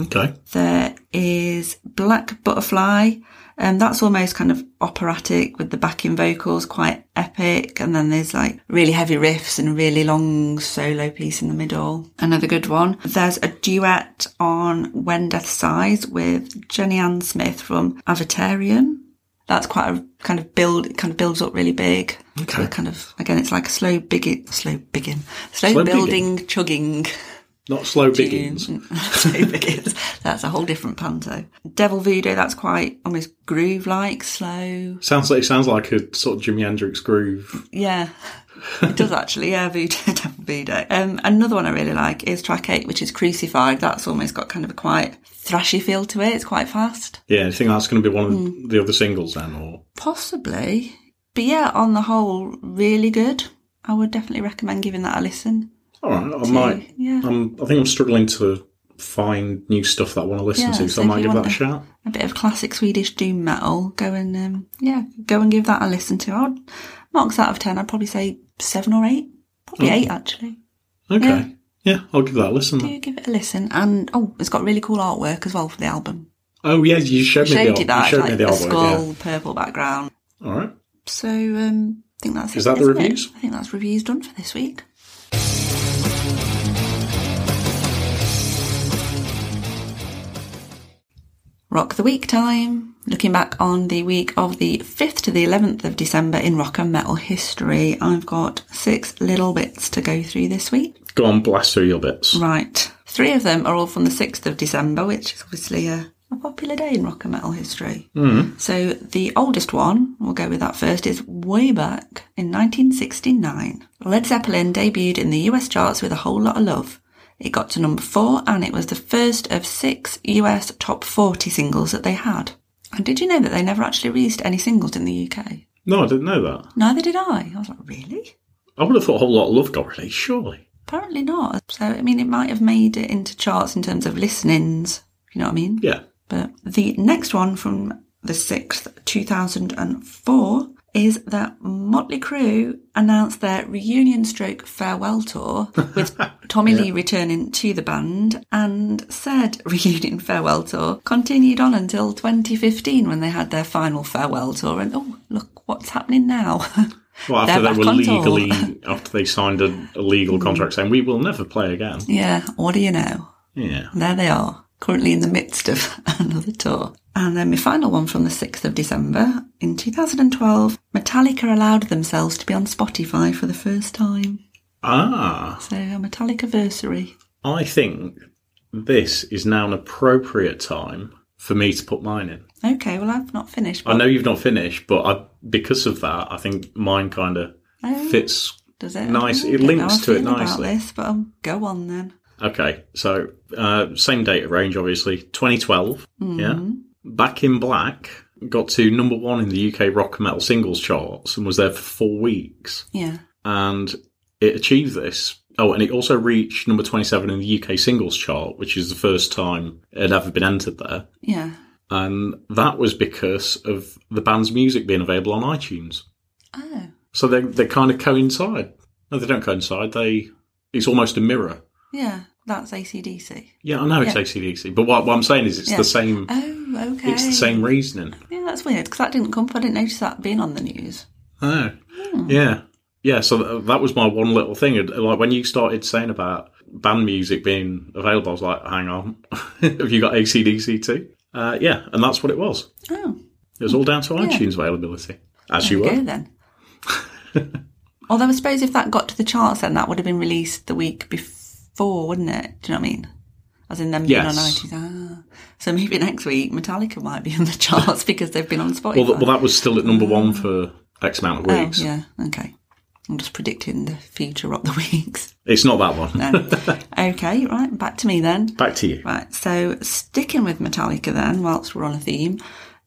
Speaker 1: Okay.
Speaker 2: There is Black Butterfly, and that's almost kind of operatic with the backing vocals, quite epic. And then there's like really heavy riffs and a really long solo piece in the middle. Another good one. There's a duet on When Death Sighs with Jenny Ann Smith from Avatarium. That's quite a kind of build. It kind of builds up really big. So
Speaker 1: Okay.
Speaker 2: kind of again, it's like a slow biggin, slow biggin, slow,
Speaker 1: Slow biggin.
Speaker 2: building, chugging.
Speaker 1: Not slow biggins.
Speaker 2: So begins. That's a whole different panto. Devil Voodoo, that's quite almost groove like, slow.
Speaker 1: Sounds like it sounds like a sort of Jimi Hendrix groove.
Speaker 2: Yeah. It does actually, yeah, Voodoo, Devil Voodoo. Um, another one I really like is track eight, which is Crucified. That's almost got kind of a quite thrashy feel to it. It's quite fast.
Speaker 1: Yeah, you think that's going to be one of
Speaker 2: Hmm.
Speaker 1: the other singles then, or
Speaker 2: Possibly. But yeah, on the whole, really good. I would definitely recommend giving that a listen.
Speaker 1: all right, I might.
Speaker 2: yeah.
Speaker 1: I'm, I think I'm struggling to find new stuff that I want to listen
Speaker 2: Yeah,
Speaker 1: to, so,
Speaker 2: so
Speaker 1: I
Speaker 2: if
Speaker 1: might
Speaker 2: you
Speaker 1: give
Speaker 2: want
Speaker 1: that a
Speaker 2: to-
Speaker 1: shout.
Speaker 2: a bit of classic Swedish doom metal. Go and um, yeah, go and give that a listen to. I'd marks out of ten. I'd probably say seven or eight, probably
Speaker 1: Mm.
Speaker 2: eight actually.
Speaker 1: Okay.
Speaker 2: Yeah.
Speaker 1: Yeah. I'll give that a listen. then.
Speaker 2: Do give it a listen, and oh, it's got really cool artwork as well for the album.
Speaker 1: Oh yeah, you showed me
Speaker 2: Showed
Speaker 1: the
Speaker 2: you
Speaker 1: art-
Speaker 2: that
Speaker 1: you showed
Speaker 2: like
Speaker 1: me the
Speaker 2: a
Speaker 1: artwork.
Speaker 2: skull, purple background.
Speaker 1: Yeah. All right.
Speaker 2: So um, I think that's
Speaker 1: Is
Speaker 2: it,
Speaker 1: that the
Speaker 2: isn't it?
Speaker 1: reviews?
Speaker 2: I think that's reviews done for this week. Rock the Week time. Looking back on the week of the 5th to the 11th of December in rock and metal history, I've got six little bits to go through this week.
Speaker 1: Go on, blast through your bits.
Speaker 2: Right. Three of them are all from the 6th of December, which is obviously a, a popular day in rock and metal history. So the oldest one, we'll go with that first, is way back in 1969. Led Zeppelin debuted in the US charts with a whole lot of love. It got to number four and it was the first of six US top 40 singles that they had. And did you know that they never actually released any singles in the UK?
Speaker 1: No, I didn't know that.
Speaker 2: Neither did I. I was like, really?
Speaker 1: I would have thought a whole lot of love got released, surely.
Speaker 2: Apparently not. So, I mean, it might have made it into charts in terms of listenings, you know what I mean?
Speaker 1: Yeah.
Speaker 2: But the next one from the 6th, 2004, is that Motley Crue announced their reunion stroke farewell tour with Tommy Lee returning to the band and said reunion farewell tour continued on until 2015 when they had their final farewell tour and oh look what's happening now.
Speaker 1: Well,
Speaker 2: They're
Speaker 1: after
Speaker 2: back
Speaker 1: they were
Speaker 2: on tour. Mm.
Speaker 1: legally, after they signed a, a legal contract saying we will never play again.
Speaker 2: yeah, what do you know?
Speaker 1: Yeah.
Speaker 2: There they are, currently in the midst of another tour. And then my final one from the 6th of December. In 2012, Metallica allowed themselves to be on Spotify for the first time.
Speaker 1: Ah,
Speaker 2: So a Metallica versary.
Speaker 1: I think this is now an appropriate time for me to put mine in.
Speaker 2: Okay, well, I've not finished.
Speaker 1: I know you've not finished, but I, because of that, I think mine kind of
Speaker 2: Oh,
Speaker 1: fits.
Speaker 2: does it?
Speaker 1: nice.
Speaker 2: I
Speaker 1: It
Speaker 2: don't
Speaker 1: links
Speaker 2: know how I
Speaker 1: to it
Speaker 2: feel about
Speaker 1: nicely.
Speaker 2: this, but um, go on then.
Speaker 1: Okay, so uh, same data range, obviously, 2012. Yeah, Back in Black got to number one in the UK rock and metal singles charts and was there for four weeks.
Speaker 2: Yeah.
Speaker 1: and it achieved this. Oh, and it also reached number 27 in the UK singles chart, which is the first time it had ever been entered there.
Speaker 2: Yeah.
Speaker 1: And that was because of the band's music being available on iTunes.
Speaker 2: Oh.
Speaker 1: So they, they kind of coincide. No, they don't coincide. They It's almost a mirror.
Speaker 2: Yeah. That's ACDC.
Speaker 1: Yeah, I know it's
Speaker 2: Yeah.
Speaker 1: ACDC, E. but what, what I'm saying is it's
Speaker 2: Yeah.
Speaker 1: the same.
Speaker 2: Oh, okay.
Speaker 1: It's the same reasoning.
Speaker 2: Yeah, that's weird because that didn't come up. I didn't notice that being on the news.
Speaker 1: Oh, yeah, yeah. So th- that was my one little thing. It- Like when you started saying about band music being available, I was like, "Hang on, have you got ACDC too?" Uh, E yeah, and that's what it was.
Speaker 2: Oh.
Speaker 1: It was all down to iTunes availability. As you
Speaker 2: There
Speaker 1: were.
Speaker 2: we go then. Although I suppose if that got to the charts, then that would have been released the week before, wouldn't it? Do you know what I mean? As in them being on
Speaker 1: Yes.
Speaker 2: iTunes. Ah. So maybe next week Metallica might be on the charts because they've been on Spotify.
Speaker 1: Well, th- well, that was still at number one for X amount of
Speaker 2: Oh,
Speaker 1: weeks.
Speaker 2: yeah. Okay. I'm just predicting the future of the weeks.
Speaker 1: It's not that one.
Speaker 2: Um, okay, right. Back to me then.
Speaker 1: Back to you.
Speaker 2: Right, so sticking with Metallica then, whilst we're on a theme,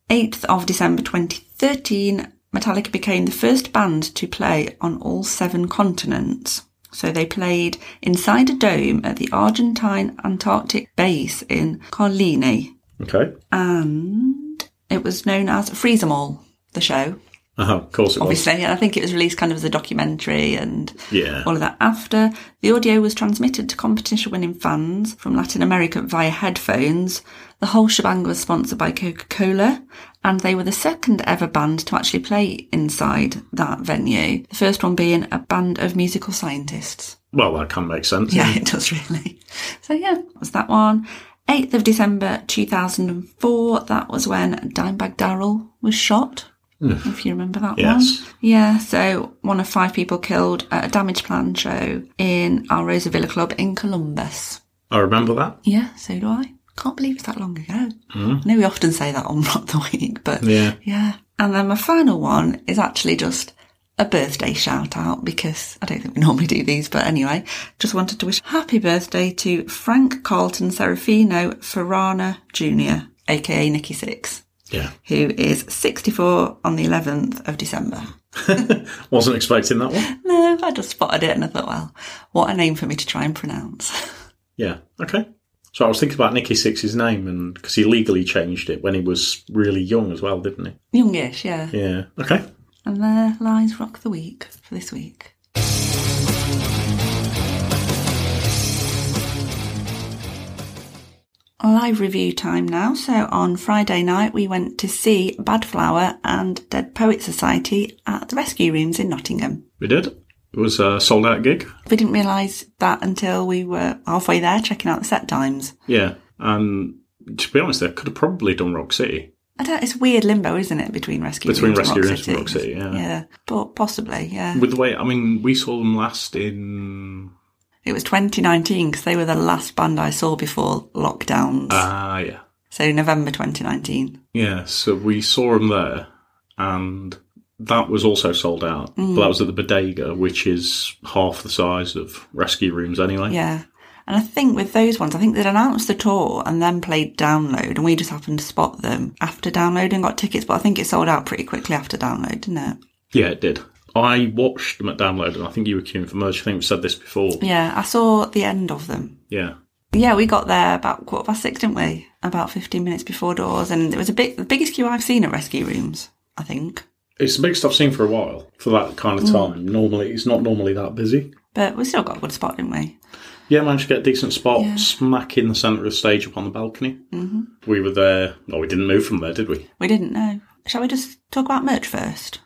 Speaker 2: 8th of December 2013, Metallica became the first band to play on all seven continents. So they played inside a dome at the Argentine Antarctic base in Carlini,
Speaker 1: Okay.
Speaker 2: and it was known as Freeze 'em All, the show,
Speaker 1: Uh-huh, of course it was.
Speaker 2: obviously. And I think it was released kind of as a documentary and
Speaker 1: Yeah.
Speaker 2: all of that after. The audio was transmitted to competition winning fans from Latin America via headphones. The whole shebang was sponsored by Coca Cola, and they were the second ever band to actually play inside that venue. The first one being a band of musical scientists.
Speaker 1: Well, that kind of makes sense.
Speaker 2: Yeah, it does really. So, yeah, that was that one. 8th of December 2004, that was when Dimebag Darrell was shot. If you remember that
Speaker 1: Yes.
Speaker 2: one. Yeah, so one of five people killed at a damage plan show in our Rosa Villa Club in Columbus.
Speaker 1: I remember that.
Speaker 2: Yeah, so do I. Can't believe it's that long ago. I know we often say that on Rock the Week, but
Speaker 1: Yeah.
Speaker 2: yeah. And then my final one is actually just a birthday shout out because I don't think we normally do these, but anyway, just wanted to wish happy birthday to Frank Carlton Serafino Ferrana Jr., aka Nicky Six,
Speaker 1: Yeah.
Speaker 2: who is 64 on the 11th of December.
Speaker 1: Wasn't expecting that one.
Speaker 2: No, I just spotted it and I thought, well, what a name for me to try and pronounce.
Speaker 1: Yeah. Okay. So I was thinking about Nicky Six's name, and because he legally changed it when he was really young as well, didn't
Speaker 2: Youngish, yeah.
Speaker 1: he? Yeah. Okay.
Speaker 2: And there lies Rock the Week for this week. Live review time now. So on Friday night, we went to see Bad Flower and Dead Poet Society at the Rescue Rooms in Nottingham.
Speaker 1: We did. It was a sold out gig.
Speaker 2: We didn't realise that until we were halfway there checking out the set times.
Speaker 1: Yeah. And to be honest, they could have probably done Rock City.
Speaker 2: I don't, it's weird limbo, isn't it, between Rescue
Speaker 1: Between
Speaker 2: Rooms
Speaker 1: Rescue
Speaker 2: and Rock
Speaker 1: Rooms
Speaker 2: City?
Speaker 1: and Rock City, yeah.
Speaker 2: Yeah, but possibly, yeah.
Speaker 1: With the way, I mean, we saw them last in.
Speaker 2: It was 2019 because they were the last band I saw before lockdowns.
Speaker 1: Ah, yeah.
Speaker 2: so November 2019.
Speaker 1: Yeah. So we saw them there, and that was also sold out.
Speaker 2: Mm.
Speaker 1: But that was at the Bodega, which is half the size of Rescue Rooms anyway.
Speaker 2: Yeah. And I think with those ones, I think they'd announced the tour and then played Download, and we just happened to spot them after Download and got tickets, but I think it sold out pretty quickly after Download, didn't it?
Speaker 1: Yeah, it did. I watched them at Download, and I think you were queuing for merch. I think we said this before.
Speaker 2: Yeah, I saw the end of them.
Speaker 1: Yeah.
Speaker 2: Yeah, we got there about quarter past six, didn't we? About 15 minutes before doors, and it was a big, the biggest queue I've seen at Rescue Rooms, I think.
Speaker 1: It's the biggest I've seen for a while for that kind
Speaker 2: Mm.
Speaker 1: of time. Normally, it's not normally that busy.
Speaker 2: But we still got a good spot, didn't we?
Speaker 1: Yeah, managed to get a decent spot
Speaker 2: Yeah.
Speaker 1: smack in the centre of the stage up on the balcony. Mm-hmm. We were there. Well, we didn't move from there, did we?
Speaker 2: We didn't know. Shall we just talk about merch first?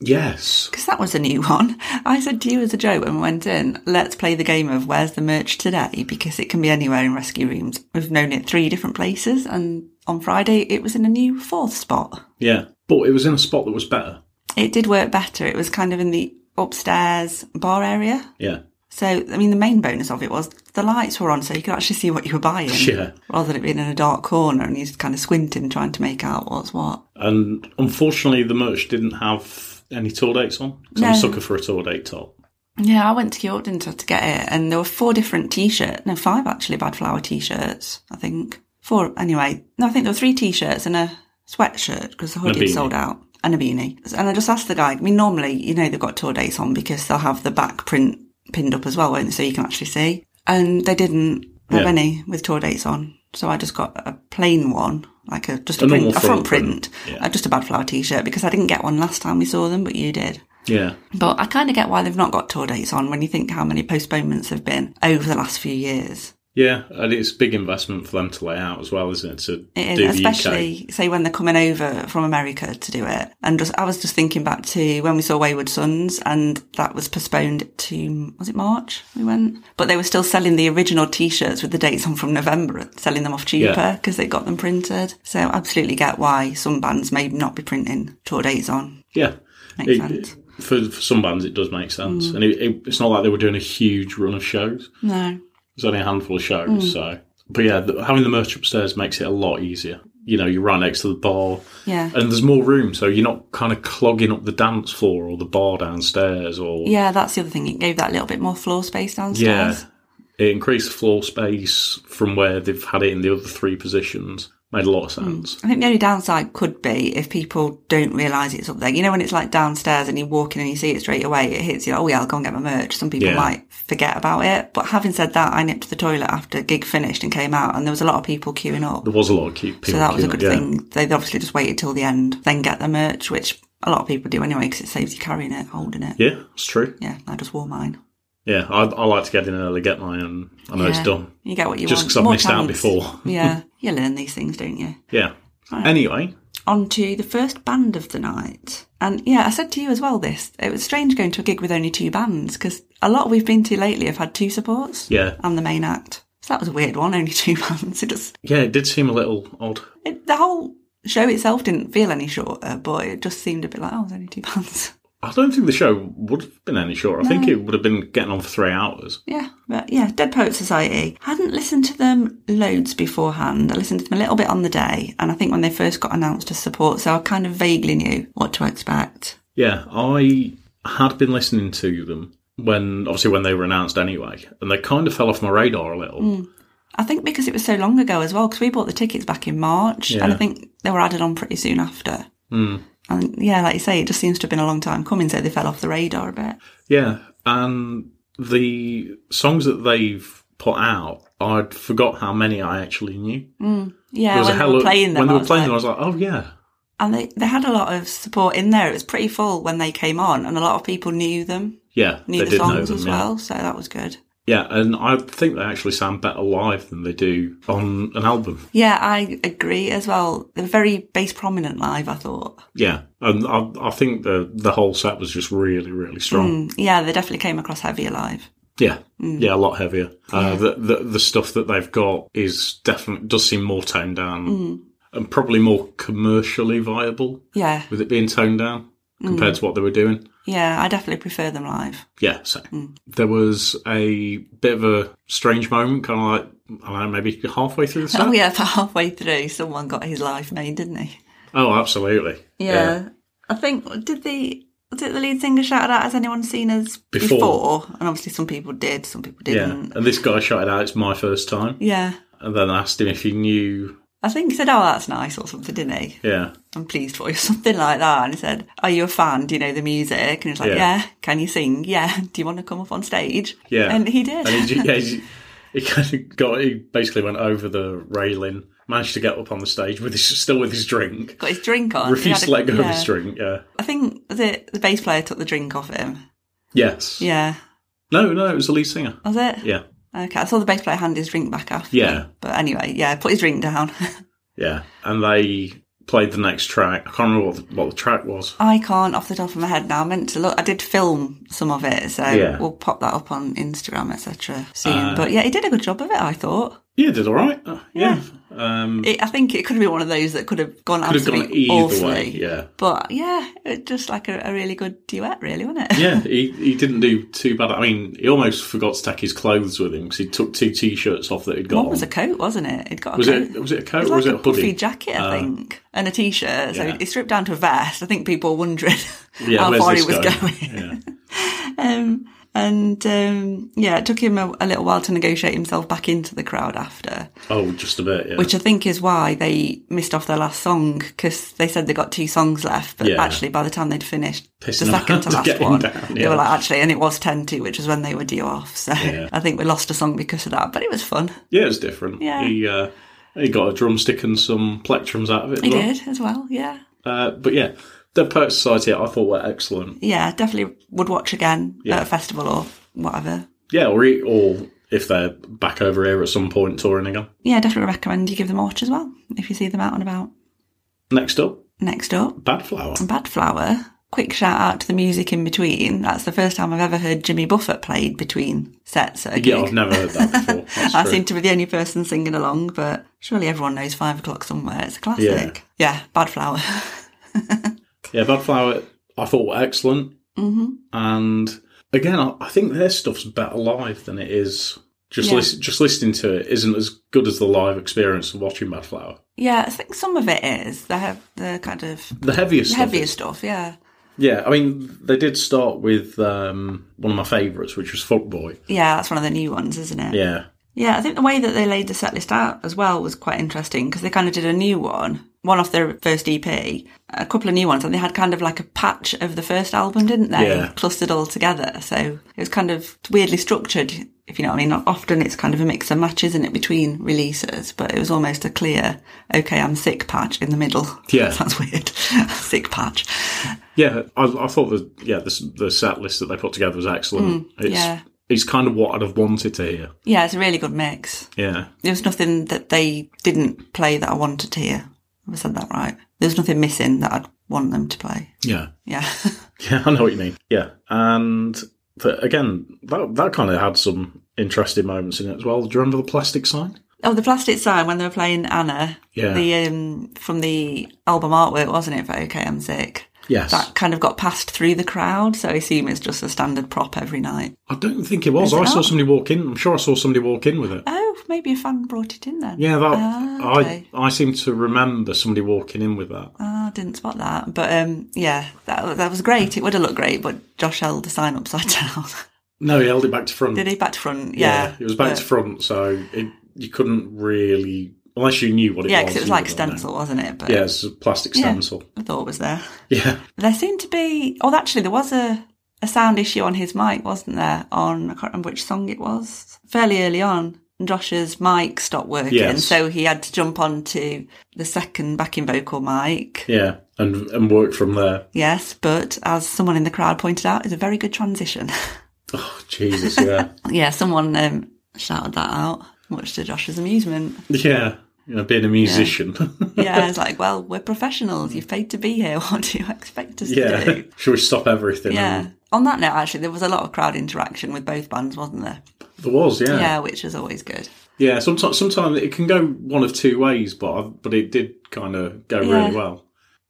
Speaker 1: Yes.
Speaker 2: Because that was a new one. I said to you as a joke when we went in, let's play the game of where's the merch today? Because it can be anywhere in rescue rooms. We've known it three different places, and on Friday it was in a new fourth spot.
Speaker 1: Yeah. But it was in a spot that was better.
Speaker 2: It did work better. It was kind of in the upstairs bar area.
Speaker 1: Yeah.
Speaker 2: So, I mean, the main bonus of it was the lights were on, so you could actually see what you were buying.
Speaker 1: Yeah.
Speaker 2: Rather than it being in a dark corner and you just kind of squinting trying to make out what's what.
Speaker 1: And unfortunately, the merch didn't have any tour dates on. 'cause I'm a
Speaker 2: No.
Speaker 1: sucker for a tour date top.
Speaker 2: Yeah, I went to York to, to get it, and there were four different t-shirts. No, five actually bad flower t-shirts. I think four. Anyway, no, I think there were three t-shirts and a sweatshirt because the hoodie
Speaker 1: beanie.
Speaker 2: had sold out and a beanie. And I just asked the guy. I mean, normally you know they've got tour dates on because they'll have the back print pinned up as well, won't they? So you can actually see. And they didn't have
Speaker 1: Yeah.
Speaker 2: any with tour dates on, so I just got a plain one, like a just a,
Speaker 1: A
Speaker 2: print,
Speaker 1: normal
Speaker 2: a
Speaker 1: front
Speaker 2: front
Speaker 1: print,
Speaker 2: print,
Speaker 1: yeah.
Speaker 2: uh, just a bad flower t-shirt because I didn't get one last time we saw them, but you did.
Speaker 1: Yeah.
Speaker 2: But I kind of get why they've not got tour dates on when you think how many postponements have been over the last few years.
Speaker 1: Yeah, and it's a big investment for them to lay out as well, isn't it? To
Speaker 2: It
Speaker 1: do
Speaker 2: is,
Speaker 1: the UK.
Speaker 2: especially say when they're coming over from America to do it. And just, I was just thinking back to when we saw Wayward Sons, and that was postponed to was it March we went, but they were still selling the original T-shirts with the dates on from November, selling them off cheaper
Speaker 1: Yeah.
Speaker 2: because they got them printed. So I absolutely get why some bands may not be printing tour dates on.
Speaker 1: Yeah.
Speaker 2: Makes sense. Mm.
Speaker 1: For, for some bands, it does make sense. And it, it, it's not like they were doing a huge run of shows.
Speaker 2: No,
Speaker 1: There's only a handful of shows,
Speaker 2: Mm.
Speaker 1: so. But yeah, the, having the merch upstairs makes it a lot easier. You know, you're right next to the bar,
Speaker 2: yeah,
Speaker 1: and there's more room, so you're not kind of clogging up the dance floor or the bar downstairs or
Speaker 2: yeah. That's the other thing. It gave that little bit more floor space
Speaker 1: Yeah.
Speaker 2: downstairs.
Speaker 1: It increased the floor space from where they've had it in the other three positions. Made a lot of sense.
Speaker 2: I think the only downside could be if people don't realise it's up there. You know, when it's like downstairs and you walk in and you see it straight away, it hits you. Oh yeah, I'll go and get my merch. Some people
Speaker 1: Yeah.
Speaker 2: might forget about it. But having said that, I nipped to the toilet after gig finished and came out, and there was a lot of people queuing up.
Speaker 1: There was a lot of cute people.
Speaker 2: So that was a
Speaker 1: queuing up,
Speaker 2: good
Speaker 1: yeah.
Speaker 2: thing. They obviously just waited till the end, then get the merch, which a lot of people do anyway because it saves you carrying it, holding it.
Speaker 1: Yeah, it's true.
Speaker 2: Yeah, I just wore mine.
Speaker 1: Yeah, I, I like to get in early, get mine, and I know it's
Speaker 2: Yeah.
Speaker 1: done.
Speaker 2: You get what you
Speaker 1: Just
Speaker 2: want.
Speaker 1: 'cause I've
Speaker 2: More
Speaker 1: missed out
Speaker 2: chance.
Speaker 1: before.
Speaker 2: yeah, you learn these things, don't you?
Speaker 1: Yeah. Anyway,
Speaker 2: on to the first band of the night. And yeah, I said to you as well this. It was strange going to a gig with only two bands because a lot we've been to lately have had two supports
Speaker 1: yeah,
Speaker 2: and the main act. So that was a weird one, only two bands. It just,
Speaker 1: yeah, it did seem a little odd.
Speaker 2: it, the whole show itself didn't feel any shorter, but it just seemed a bit like, oh, there's only two bands.
Speaker 1: I don't think the show would have been any shorter. I think it would have been getting on for three hours.
Speaker 2: Yeah, but yeah, Dead Poet Society. Hadn't listened to them loads beforehand. I listened to them a little bit on the day, and I think when they first got announced as support, so I kind of vaguely knew what to expect.
Speaker 1: Yeah, I had been listening to them when, obviously, when they were announced anyway, and they kind of fell off my radar a little.
Speaker 2: I think because it was so long ago as well, because we bought the tickets back in March, and I
Speaker 1: Yeah. Hmm.
Speaker 2: think they were added on pretty soon after. And yeah, like you say, it just seems to have been a long time coming, so they fell off the radar a bit.
Speaker 1: Yeah, and the songs that they've put out, I'd forgot how many I actually knew.
Speaker 2: Yeah,
Speaker 1: There was a
Speaker 2: Oh, when they
Speaker 1: hell
Speaker 2: were
Speaker 1: of-
Speaker 2: playing them,
Speaker 1: when they
Speaker 2: I
Speaker 1: were
Speaker 2: was
Speaker 1: playing
Speaker 2: like-
Speaker 1: them, I was like, oh yeah,
Speaker 2: and they, they had a lot of support in there. It was pretty full when they came on, and a lot of people knew them,
Speaker 1: yeah,
Speaker 2: knew
Speaker 1: they
Speaker 2: the
Speaker 1: did know
Speaker 2: songs
Speaker 1: them.
Speaker 2: as
Speaker 1: yeah.
Speaker 2: well, so that was good.
Speaker 1: Yeah, and I think they actually sound better live than they do on an album.
Speaker 2: Yeah, I agree as well. They were very bass prominent live, I thought.
Speaker 1: Yeah, and I, I think the the whole set was just really, really strong.
Speaker 2: Mm, yeah, they definitely came across heavier live.
Speaker 1: Yeah, yeah, a lot heavier. Uh, the, the the stuff that they've got is definitely does seem more toned down
Speaker 2: Mm.
Speaker 1: and probably more commercially viable
Speaker 2: Yeah,
Speaker 1: with it being toned down compared
Speaker 2: Mm.
Speaker 1: to what they were doing.
Speaker 2: yeah, I definitely prefer them live.
Speaker 1: Yeah, so
Speaker 2: Mm.
Speaker 1: there was a bit of a strange moment, kind of like I don't know, maybe halfway through the set.
Speaker 2: Oh yeah, about halfway through, someone got his life made, didn't he?
Speaker 1: Oh, absolutely.
Speaker 2: I think did the did the lead singer shout out? Has anyone seen us before?
Speaker 1: Before.
Speaker 2: And obviously, some people did, some people
Speaker 1: Yeah,
Speaker 2: didn't.
Speaker 1: and this guy shouted out, "It's my first time."
Speaker 2: Yeah,
Speaker 1: and then I asked him if he knew.
Speaker 2: I think he said, "Oh, that's nice" or something, didn't he?
Speaker 1: Yeah,
Speaker 2: I'm pleased for you, something like that. And he said, "Are you a fan? Do you know the music?" And he was like, "Yeah."
Speaker 1: Yeah.
Speaker 2: Can you sing? Yeah. Do you want to come up on stage?
Speaker 1: yeah,
Speaker 2: And he did.
Speaker 1: And he, ju- yeah, he, he kind of got. He basically went over the railing, managed to get up on the stage with his still with his drink,
Speaker 2: Got his drink on. He
Speaker 1: refused
Speaker 2: had
Speaker 1: to
Speaker 2: a-
Speaker 1: let go of
Speaker 2: yeah.
Speaker 1: his drink. Yeah,
Speaker 2: I think was it the bass player took the drink off him.
Speaker 1: yes,
Speaker 2: Yeah.
Speaker 1: no, no, it was the lead singer.
Speaker 2: Was it?
Speaker 1: Yeah,
Speaker 2: Okay. I saw the bass player hand his drink back after.
Speaker 1: Yeah.
Speaker 2: But anyway, yeah, put his drink down.
Speaker 1: yeah, and they played the next track. I can't remember what the, what the track was.
Speaker 2: I can't off the top of my head now. I meant to look. I did film some of it, so
Speaker 1: Yeah. Uh,
Speaker 2: we'll pop that up on Instagram, etc. Soon. but yeah, he did a good job of it. I thought.
Speaker 1: Yeah, did all right. Uh, yeah, um,
Speaker 2: It, I think it could have been one of those that could have gone
Speaker 1: could have
Speaker 2: absolutely
Speaker 1: gone either
Speaker 2: awfully.
Speaker 1: way. Yeah.
Speaker 2: But yeah, it just like a, a really good duet, really, wasn't it?
Speaker 1: Yeah, he, he didn't do too bad. I mean, he almost forgot to take his clothes with him because he took two t-shirts off that he'd got.
Speaker 2: One was
Speaker 1: on.
Speaker 2: a coat, wasn't it? It got a
Speaker 1: Was
Speaker 2: coat.
Speaker 1: it was it a coat
Speaker 2: It was
Speaker 1: or was
Speaker 2: like
Speaker 1: it a
Speaker 2: a puffy
Speaker 1: hoodie? Uh,
Speaker 2: jacket, I think, and a t-shirt. So
Speaker 1: Yeah.
Speaker 2: it stripped down to a vest. I think people were wondering
Speaker 1: Yeah,
Speaker 2: how
Speaker 1: where's
Speaker 2: far he
Speaker 1: this
Speaker 2: was
Speaker 1: going?
Speaker 2: going. um, and um, yeah, it took him a, a little while to negotiate himself back into the crowd after,
Speaker 1: Oh, just a bit. Yeah.
Speaker 2: which I think is why they missed off their last song because they said they got two songs left, but
Speaker 1: Yeah.
Speaker 2: actually by the time they'd finished
Speaker 1: Pissing
Speaker 2: the
Speaker 1: them out
Speaker 2: second to
Speaker 1: to
Speaker 2: last
Speaker 1: get him
Speaker 2: one,
Speaker 1: down,
Speaker 2: they
Speaker 1: yeah.
Speaker 2: were like actually, and it was ten to, which was when they were due off. So
Speaker 1: Yeah.
Speaker 2: I think we lost a song because of that, but it was fun.
Speaker 1: yeah, it was different.
Speaker 2: Yeah.
Speaker 1: He uh, he got a drumstick and some plectrums out of it. as
Speaker 2: We
Speaker 1: well.
Speaker 2: did as well, yeah.
Speaker 1: Uh, but yeah, the Poet Society I thought were excellent.
Speaker 2: yeah, definitely would watch again at a festival or whatever.
Speaker 1: Yeah, or e- or if they're back over here at some point touring again.
Speaker 2: Yeah, definitely recommend you give them a watch as well if you see them out and about.
Speaker 1: Next up,
Speaker 2: Next up,
Speaker 1: Bad Flower.
Speaker 2: Bad Flower. Quick shout out to the music in between. That's the first time I've ever heard Jimmy Buffett played between sets at a
Speaker 1: Yeah, I've
Speaker 2: gig.
Speaker 1: never heard that before. That's
Speaker 2: I
Speaker 1: true.
Speaker 2: seem to be the only person singing along, but surely everyone knows Five O'Clock Somewhere. It's a classic. Yeah, Bad Flower.
Speaker 1: Yeah, Bad Flower, I thought were excellent.
Speaker 2: hmm
Speaker 1: And again, I, I think their stuff's better live than it is. Just
Speaker 2: Yeah.
Speaker 1: lis- just listening to it isn't as good as the live experience of watching Bad Flower.
Speaker 2: Yeah, I think some of it is. They have the kind of
Speaker 1: The heaviest stuff
Speaker 2: heavier stuff, yeah.
Speaker 1: Yeah, I mean, they did start with um, one of my favourites, which was Fuckboy.
Speaker 2: Yeah, that's one of the new ones, isn't it?
Speaker 1: Yeah.
Speaker 2: Yeah, I think the way that they laid the set list out as well was quite interesting because they kind of did a new one, one off their first EP, a couple of new ones, and they had kind of like a patch of the first album, didn't they?
Speaker 1: Yeah.
Speaker 2: Clustered all together. So it was kind of weirdly structured, if you know what I mean. Often it's kind of a mix and match, isn't it, between releases, but it was almost a clear, okay, I'm sick patch in the middle.
Speaker 1: Yeah.
Speaker 2: That's weird. sick patch.
Speaker 1: Yeah, I, I thought the yeah the, the set list that they put together was excellent. it's,
Speaker 2: yeah.
Speaker 1: it's kind of what I'd have wanted to hear.
Speaker 2: Yeah, it's a really good mix.
Speaker 1: Yeah,
Speaker 2: There was nothing that they didn't play that I wanted to hear. Have I said that right? There was nothing missing that I'd want them to play.
Speaker 1: yeah,
Speaker 2: Yeah.
Speaker 1: yeah. I know what you mean. Yeah, and but again, that that kind of had some interesting moments in it as well. Do you remember the plastic sign?
Speaker 2: oh, the plastic sign when they were playing Anna.
Speaker 1: Yeah.
Speaker 2: The um from the album artwork, wasn't it, for OK I'm Sick?
Speaker 1: Yes,
Speaker 2: That kind of got passed through the crowd, so I assume it's just a standard prop every night.
Speaker 1: I don't think it was.
Speaker 2: Is it
Speaker 1: I saw
Speaker 2: not?
Speaker 1: somebody walk in. I'm sure I saw somebody walk in with it.
Speaker 2: Oh, maybe a fan brought it in then.
Speaker 1: Yeah, that
Speaker 2: Ah, okay.
Speaker 1: I I seem to remember somebody walking in with that.
Speaker 2: Ah, I didn't spot that. But um yeah, that that was great. It would have looked great, but Josh held the sign upside down.
Speaker 1: No, he held it back to front.
Speaker 2: Did he back to front?
Speaker 1: Yeah,
Speaker 2: Yeah.
Speaker 1: it was back
Speaker 2: but-
Speaker 1: to front, so it, you couldn't really, unless you knew what it
Speaker 2: Yeah,
Speaker 1: was.
Speaker 2: because it was
Speaker 1: you
Speaker 2: like
Speaker 1: wouldn't know.
Speaker 2: stencil, wasn't it? But
Speaker 1: Yeah, it's a plastic stencil.
Speaker 2: I thought it was there.
Speaker 1: Yeah.
Speaker 2: There seemed to be. Oh, actually, there was a, a sound issue on his mic, wasn't there? On I can't remember which song it was. Fairly early on, Josh's mic stopped working,
Speaker 1: Yes.
Speaker 2: so he had to jump onto the second backing vocal mic.
Speaker 1: yeah, and and work from there.
Speaker 2: Yes, but as someone in the crowd pointed out, it's a very good transition.
Speaker 1: Oh Jesus, yeah,
Speaker 2: yeah, someone um, shouted that out, much to Josh's amusement.
Speaker 1: yeah. You know, being a musician.
Speaker 2: Yeah, it's like, well, we're professionals. You've paid to be here. What do you expect us
Speaker 1: Yeah,
Speaker 2: to do?
Speaker 1: should we stop everything?
Speaker 2: Yeah.
Speaker 1: And
Speaker 2: On that note, actually, there was a lot of crowd interaction with both bands, wasn't there?
Speaker 1: there was, yeah,
Speaker 2: Yeah,
Speaker 1: yeah.
Speaker 2: which is always good.
Speaker 1: sometimes, sometimes it can go one of two ways, but I, but it did kind of go
Speaker 2: Yeah.
Speaker 1: really well.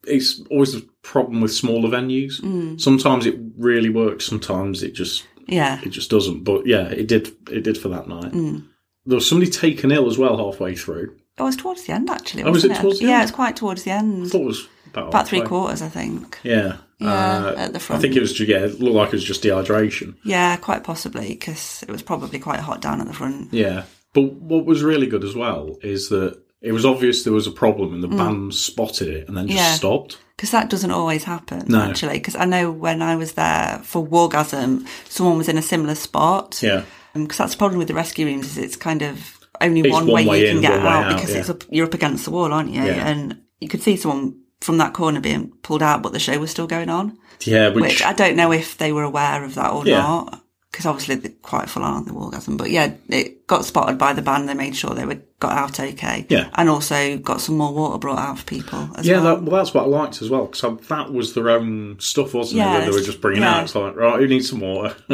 Speaker 1: It's always the problem with smaller venues.
Speaker 2: Mm.
Speaker 1: Sometimes it really works. Sometimes it just
Speaker 2: Yeah.
Speaker 1: it just doesn't. But yeah, it did. It did for that night.
Speaker 2: Mm.
Speaker 1: There was somebody taken ill as well halfway through.
Speaker 2: It was towards the end, actually.
Speaker 1: Oh, was
Speaker 2: wasn't
Speaker 1: it towards the
Speaker 2: Yeah,
Speaker 1: end?
Speaker 2: it's quite towards the
Speaker 1: I
Speaker 2: end.
Speaker 1: thought it was about,
Speaker 2: About three
Speaker 1: halfway.
Speaker 2: quarters, I think.
Speaker 1: Yeah,
Speaker 2: Yeah,
Speaker 1: Uh,
Speaker 2: at the
Speaker 1: I
Speaker 2: front.
Speaker 1: think it was. ju- Yeah, it looked like it was just dehydration.
Speaker 2: Yeah, quite possibly, because it was probably quite hot down at the front.
Speaker 1: Yeah, but what was really good as well is that it was obvious there was a problem, and the band spotted it and then just
Speaker 2: Mm. Yeah.
Speaker 1: stopped.
Speaker 2: Because that doesn't always happen,
Speaker 1: No.
Speaker 2: actually. Because I know when I was there for Wargasm, someone was in a similar spot.
Speaker 1: Yeah,
Speaker 2: because Um, that's the problem with the rescue rooms is it's kind of only
Speaker 1: It's
Speaker 2: one,
Speaker 1: one
Speaker 2: way,
Speaker 1: way
Speaker 2: you
Speaker 1: in,
Speaker 2: can get
Speaker 1: one
Speaker 2: out,
Speaker 1: way out,
Speaker 2: because
Speaker 1: yeah.
Speaker 2: it's up, you're up against the wall, aren't you?
Speaker 1: Yeah.
Speaker 2: And you could see someone from that corner being pulled out, but the show was still going on.
Speaker 1: yeah, which,
Speaker 2: Which I don't know if they were aware of that or
Speaker 1: Yeah.
Speaker 2: not, because obviously they're quite full on the orgasm. But yeah, it got spotted by the band. They made sure they were got out okay.
Speaker 1: Yeah.
Speaker 2: and also got some more water brought out for people as
Speaker 1: yeah,
Speaker 2: well.
Speaker 1: that, well, that's what I liked as well because that was their own stuff, wasn't
Speaker 2: Yeah,
Speaker 1: it? That they were
Speaker 2: it's-
Speaker 1: just bringing
Speaker 2: yeah. Mm.
Speaker 1: out. It's like, right, who needs some water?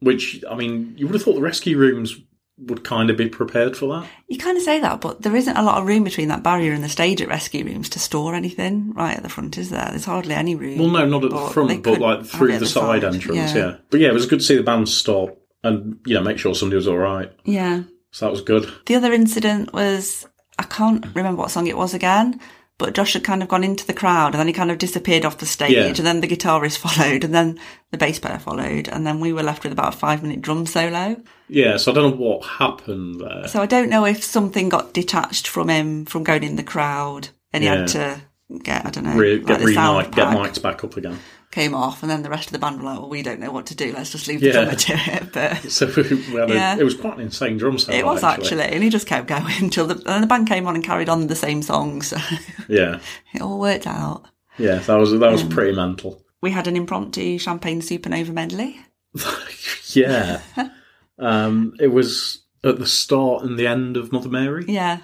Speaker 1: which I mean, you would have thought the rescue rooms would kind of be prepared for that.
Speaker 2: You kind of say that, but there isn't a lot of room between that barrier and the stage at rescue rooms to store anything right at the front, is there? There's hardly any room.
Speaker 1: Well, no, not at
Speaker 2: But
Speaker 1: the
Speaker 2: they
Speaker 1: front, but
Speaker 2: could
Speaker 1: like
Speaker 2: have it
Speaker 1: through
Speaker 2: at
Speaker 1: the,
Speaker 2: the
Speaker 1: side,
Speaker 2: side,
Speaker 1: entrance.
Speaker 2: yeah.
Speaker 1: Yeah. but yeah, it was good to see the band stop and you know make sure somebody was all right.
Speaker 2: Yeah.
Speaker 1: So that was good.
Speaker 2: The other incident was I can't remember what song it was again, but Josh had kind of gone into the crowd and then he kind of disappeared off the stage,
Speaker 1: Yeah.
Speaker 2: and then the guitarist followed, and then the bass player followed, and then we were left with about a five minute drum solo.
Speaker 1: Yeah, so I don't know what happened there.
Speaker 2: So I don't know if something got detached from him from going in the crowd, and he had to get I don't know
Speaker 1: Re-
Speaker 2: like
Speaker 1: get
Speaker 2: the sound
Speaker 1: re-mic, get
Speaker 2: pack
Speaker 1: mics back up again.
Speaker 2: came off, and then the rest of the band were like, "Well, we don't know what to do. Let's just leave
Speaker 1: Yeah.
Speaker 2: the drummer to it." But
Speaker 1: So we had a,
Speaker 2: Yeah.
Speaker 1: it was quite an insane drum set.
Speaker 2: it was actually, and he just kept going until the, and then the band came on and carried on the same song, so
Speaker 1: Yeah,
Speaker 2: it all worked out.
Speaker 1: yeah, that was that was pretty mental.
Speaker 2: we had an impromptu champagne supernova medley.
Speaker 1: yeah, Um, it was at the start and the end of Mother Mary.
Speaker 2: Yeah.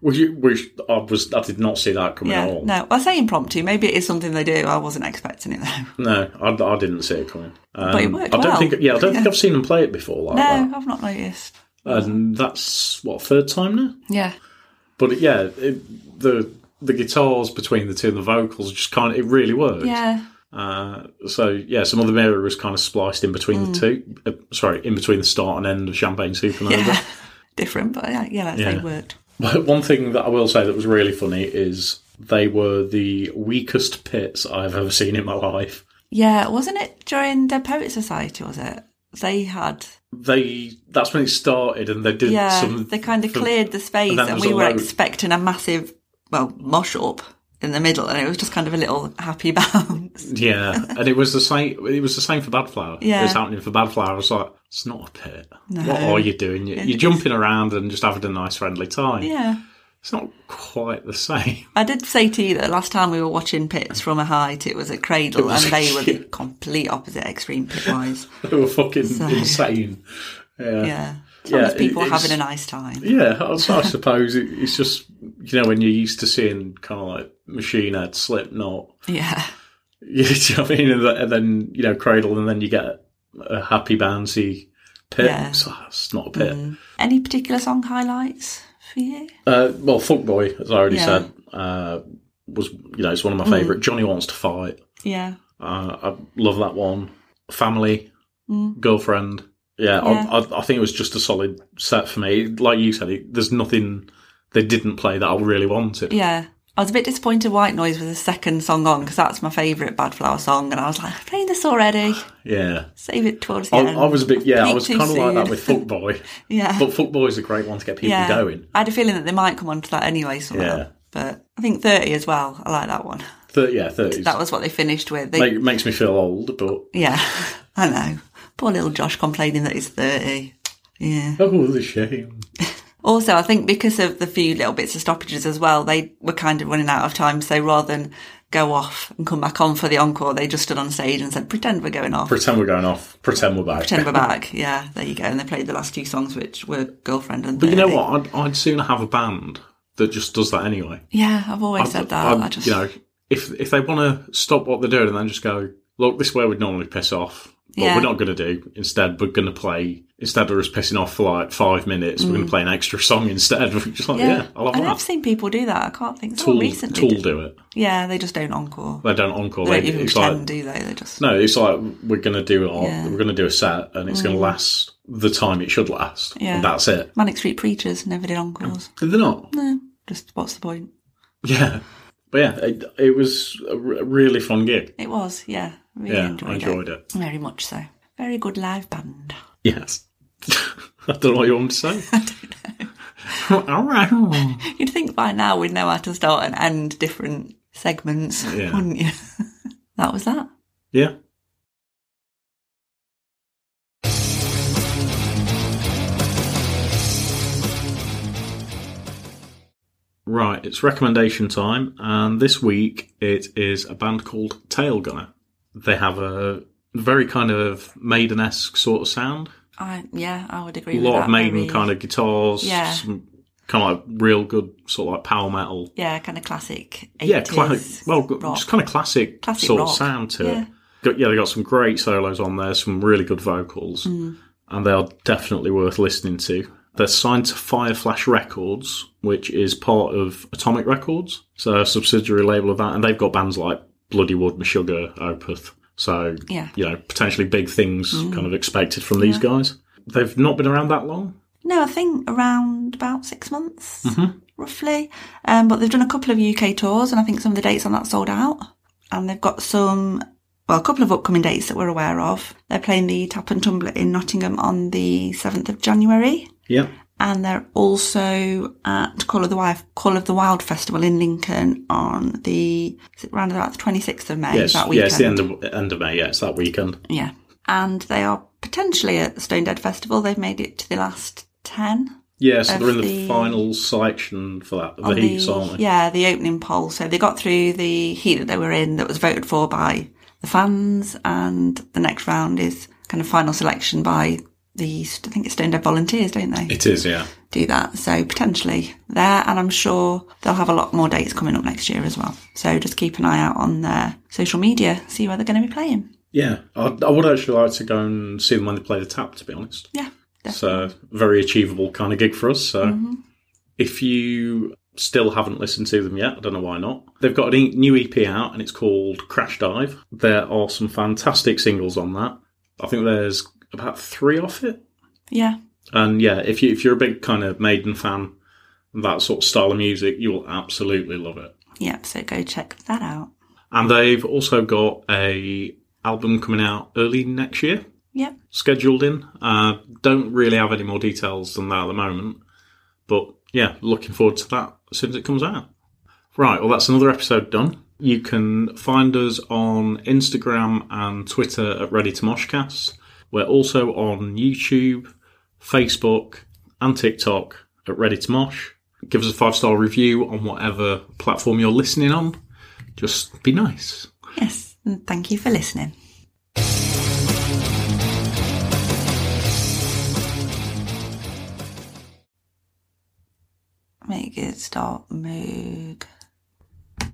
Speaker 1: Which, which I was, I did not see that coming
Speaker 2: Yeah.
Speaker 1: at all.
Speaker 2: No, I say impromptu. Maybe it is something they do. I wasn't expecting it though.
Speaker 1: No, I, I didn't see it coming. Um,
Speaker 2: it worked
Speaker 1: I don't
Speaker 2: well.
Speaker 1: think. Yeah, I don't think
Speaker 2: Yeah.
Speaker 1: I've seen him play it before like
Speaker 2: No, I've not noticed.
Speaker 1: that. And that's what third time now.
Speaker 2: Yeah.
Speaker 1: But yeah, it, the the guitars between the two and the vocals just kind of it really worked.
Speaker 2: Yeah.
Speaker 1: Uh, so yeah, some of the mirror was kind of spliced in between
Speaker 2: Hmm.
Speaker 1: the two. Uh, sorry, in between the start and end of Champagne Supernova.
Speaker 2: Yeah. Different, but yeah, yeah like I say,
Speaker 1: Yeah.
Speaker 2: worked.
Speaker 1: But one thing that I will say that was really funny is they were the weakest pits I've ever seen in my life.
Speaker 2: Yeah, wasn't it during Dead Poet Society? Was it? They had
Speaker 1: They that's when it started, and they did
Speaker 2: yeah.
Speaker 1: some.
Speaker 2: they kind of
Speaker 1: for-
Speaker 2: cleared the space,
Speaker 1: and then
Speaker 2: and
Speaker 1: there's
Speaker 2: we
Speaker 1: a
Speaker 2: were
Speaker 1: load.
Speaker 2: expecting a massive, well, mosh up in the middle, and it was just kind of a little happy bounce.
Speaker 1: Yeah, and it was the same. It was the same for Bad Flower.
Speaker 2: Yeah.
Speaker 1: it was happening for Bad Flower. I was like, "It's not a pit.
Speaker 2: No.
Speaker 1: What are you doing? You- You're jumping around and just having a nice, friendly time.
Speaker 2: yeah.
Speaker 1: It's not quite the same.
Speaker 2: I did say to you that last time we were watching pits from a height, it was a cradle,
Speaker 1: was
Speaker 2: and they were the
Speaker 1: actually-
Speaker 2: complete opposite extreme pit wise.
Speaker 1: they were fucking insane.
Speaker 2: yeah. As long
Speaker 1: Yeah,
Speaker 2: as people
Speaker 1: it-
Speaker 2: are having
Speaker 1: it's-
Speaker 2: a nice time.
Speaker 1: Yeah, I, I suppose it, it's just you know when you're used to seeing kind of like Machine Head, Slipknot.
Speaker 2: Yeah.
Speaker 1: Yeah, do you know what I mean? And, th- and then you know Cradle, and then you get a happy bouncy pit.
Speaker 2: Yeah. Mm-hmm.
Speaker 1: It's, like, it's not a pit.
Speaker 2: Any particular song highlights for you?
Speaker 1: Uh, well, Fuckboy, as I already
Speaker 2: Yeah. Mm-hmm.
Speaker 1: said, uh, was you know it's one of my favourite. Johnny wants to fight.
Speaker 2: Yeah.
Speaker 1: Uh, I love that one. Family,
Speaker 2: Mm.
Speaker 1: girlfriend. Yeah,
Speaker 2: Yeah.
Speaker 1: I, I, I think it was just a solid set for me. Like you said, it, there's nothing they didn't play that I really wanted.
Speaker 2: Yeah. I was a bit disappointed White Noise was the second song on because that's my favourite Bad Flower song, and I was like, I've played this already.
Speaker 1: Yeah.
Speaker 2: Save it towards the
Speaker 1: I,
Speaker 2: end.
Speaker 1: I was a bit yeah. I was
Speaker 2: Peak
Speaker 1: kind
Speaker 2: too
Speaker 1: of like that
Speaker 2: soon.
Speaker 1: with Fuckboy,
Speaker 2: yeah.
Speaker 1: but Fuckboy is a great one to get people
Speaker 2: yeah.
Speaker 1: going.
Speaker 2: I had a feeling that they might come on to that anyway somehow.
Speaker 1: Yeah.
Speaker 2: But I think 30 as well. I like that one.
Speaker 1: Thir yeah, thirties
Speaker 2: That was what they finished with. They,
Speaker 1: Make, makes me feel old, but
Speaker 2: yeah. I know. Poor little Josh complaining that he's 30. Yeah.
Speaker 1: oh, the shame.
Speaker 2: Also, I think because of the few little bits of stoppages as well, they were kind of running out of time. So rather than go off and come back on for the encore, they just stood on stage and said, pretend we're going off.
Speaker 1: Pretend we're going off. Pretend we're back.
Speaker 2: Pretend we're back. Yeah, there you go. And they played the last two songs, which were Girlfriend and
Speaker 1: But you know
Speaker 2: 30.
Speaker 1: what? I'd, I'd sooner have a band that just does that anyway.
Speaker 2: Yeah, I've always said that.
Speaker 1: I'd-
Speaker 2: I just,
Speaker 1: You know, if if they want to stop what they're doing and then just go, look, this way we'd normally piss off, but
Speaker 2: Yeah.
Speaker 1: we're not going to do. Instead, we're going to play. Instead of us pissing off for like five minutes, we're going to play an extra song instead. We're just like, yeah, I love
Speaker 2: Mm. and
Speaker 1: that.
Speaker 2: I've seen people do that. I can't think. Someone
Speaker 1: Tool,
Speaker 2: recently.
Speaker 1: Tool
Speaker 2: did-
Speaker 1: do it.
Speaker 2: Yeah, they just don't encore.
Speaker 1: They don't encore.
Speaker 2: They
Speaker 1: They,
Speaker 2: don't even
Speaker 1: it's
Speaker 2: pretend,
Speaker 1: like
Speaker 2: do they? They just.
Speaker 1: no, it's like we're going to do our,
Speaker 2: Yeah. Mm.
Speaker 1: we're going to do a set, and it's going to last the time it should last.
Speaker 2: Yeah.
Speaker 1: and that's it.
Speaker 2: Manic Street Preachers never did encores.
Speaker 1: Did they not?
Speaker 2: No, just what's the point?
Speaker 1: Yeah. But yeah, it, it was a re- really fun gig.
Speaker 2: It was, yeah. Really
Speaker 1: Yeah,
Speaker 2: enjoyed,
Speaker 1: I enjoyed
Speaker 2: it.
Speaker 1: it.
Speaker 2: Very much so. Very good live band.
Speaker 1: Yes. I don't know what you want to say. All right.
Speaker 2: You'd think by now we'd know how to start and end different segments,
Speaker 1: Yeah.
Speaker 2: wouldn't you? that was that.
Speaker 1: Yeah. Right, it's recommendation time, and this week it is a band called Tail Gunner. They have a very kind of maiden esque sort of sound.
Speaker 2: I yeah, I would
Speaker 1: a
Speaker 2: agree. with
Speaker 1: lot
Speaker 2: that.
Speaker 1: of maiden
Speaker 2: Very-
Speaker 1: kind of guitars,
Speaker 2: Yeah.
Speaker 1: some kind of like real good sort of like power metal.
Speaker 2: yeah, kind of classic. 80s
Speaker 1: Yeah, cla- well, g-
Speaker 2: rock.
Speaker 1: just kind of classic,
Speaker 2: Classic
Speaker 1: sort of
Speaker 2: rock.
Speaker 1: sound to
Speaker 2: Yeah.
Speaker 1: it. Got, yeah, they got some great solos on there, some really good vocals,
Speaker 2: Hmm.
Speaker 1: and they are definitely worth listening to. They're signed to Fireflash Records, which is part of Atomic Records, so a subsidiary label of that, and they've got bands like Bloody Wood, Meshuggah, Opeth. So
Speaker 2: Yeah. Hmm.
Speaker 1: you know, potentially big things kind of expected from these guys. They've not been around that long.
Speaker 2: No, I think around about six months,
Speaker 1: Mm-hmm.
Speaker 2: roughly. Um, but they've done a couple of UK tours, and I think some of the dates on that sold out. And they've got some, well, a couple of upcoming dates that we're aware of. They're playing the Tap and Tumbler in Nottingham on the 7th of January.
Speaker 1: Yeah.
Speaker 2: And they're also at Call of the Wild, Call of the Wild Festival in Lincoln on the, is it round about the 26th of May?
Speaker 1: Yes,
Speaker 2: that
Speaker 1: yeah,
Speaker 2: weekend.
Speaker 1: it's the end of end of May. Yeah, it's that weekend.
Speaker 2: Yeah. And they are potentially at the Stone Dead Festival. They've made it to the last 10.
Speaker 1: Yeah, so they're in the,
Speaker 2: the-
Speaker 1: final selection for that. The
Speaker 2: on
Speaker 1: heats,
Speaker 2: the-
Speaker 1: aren't they?
Speaker 2: Yeah, the opening poll. So they got through the heat that they were in that was voted for by the fans, and the next round is kind of final selection by the, I think it's Stone Dead Volunteers, don't they?
Speaker 1: It is, yeah.
Speaker 2: do that. So potentially there, and I'm sure they'll have a lot more dates coming up next year as well. So just keep an eye out on their social media, see where they're going to be playing.
Speaker 1: Yeah, I, I would actually like to go and see them when they play the tap, to be honest.
Speaker 2: Yeah,
Speaker 1: It's a very achievable kind of gig for us. So if you still haven't listened to them yet, I don't know why not. They've got a new EP out and it's called Crash Dive. There are some fantastic singles on that. I think there's about three off it.
Speaker 2: yeah,
Speaker 1: And yeah, if you if you're a big kind of Maiden fan, that sort of style of music, you will absolutely love it.
Speaker 2: yeah. So go check that out.
Speaker 1: And they've also got a album coming out early next year,
Speaker 2: Yep.
Speaker 1: scheduled in. Uh, don't really have any more details than that at the moment, but yeah, looking forward to that as soon as it comes out. Right, well, that's another episode done. You can find us on Instagram and Twitter at Ready to Moshcast. We're also on YouTube, Facebook, and TikTok at Ready to Mosh. Give us a five star review on whatever platform you're listening on. Just be nice.
Speaker 2: Yes. And thank you for listening. Make it stop. Moog.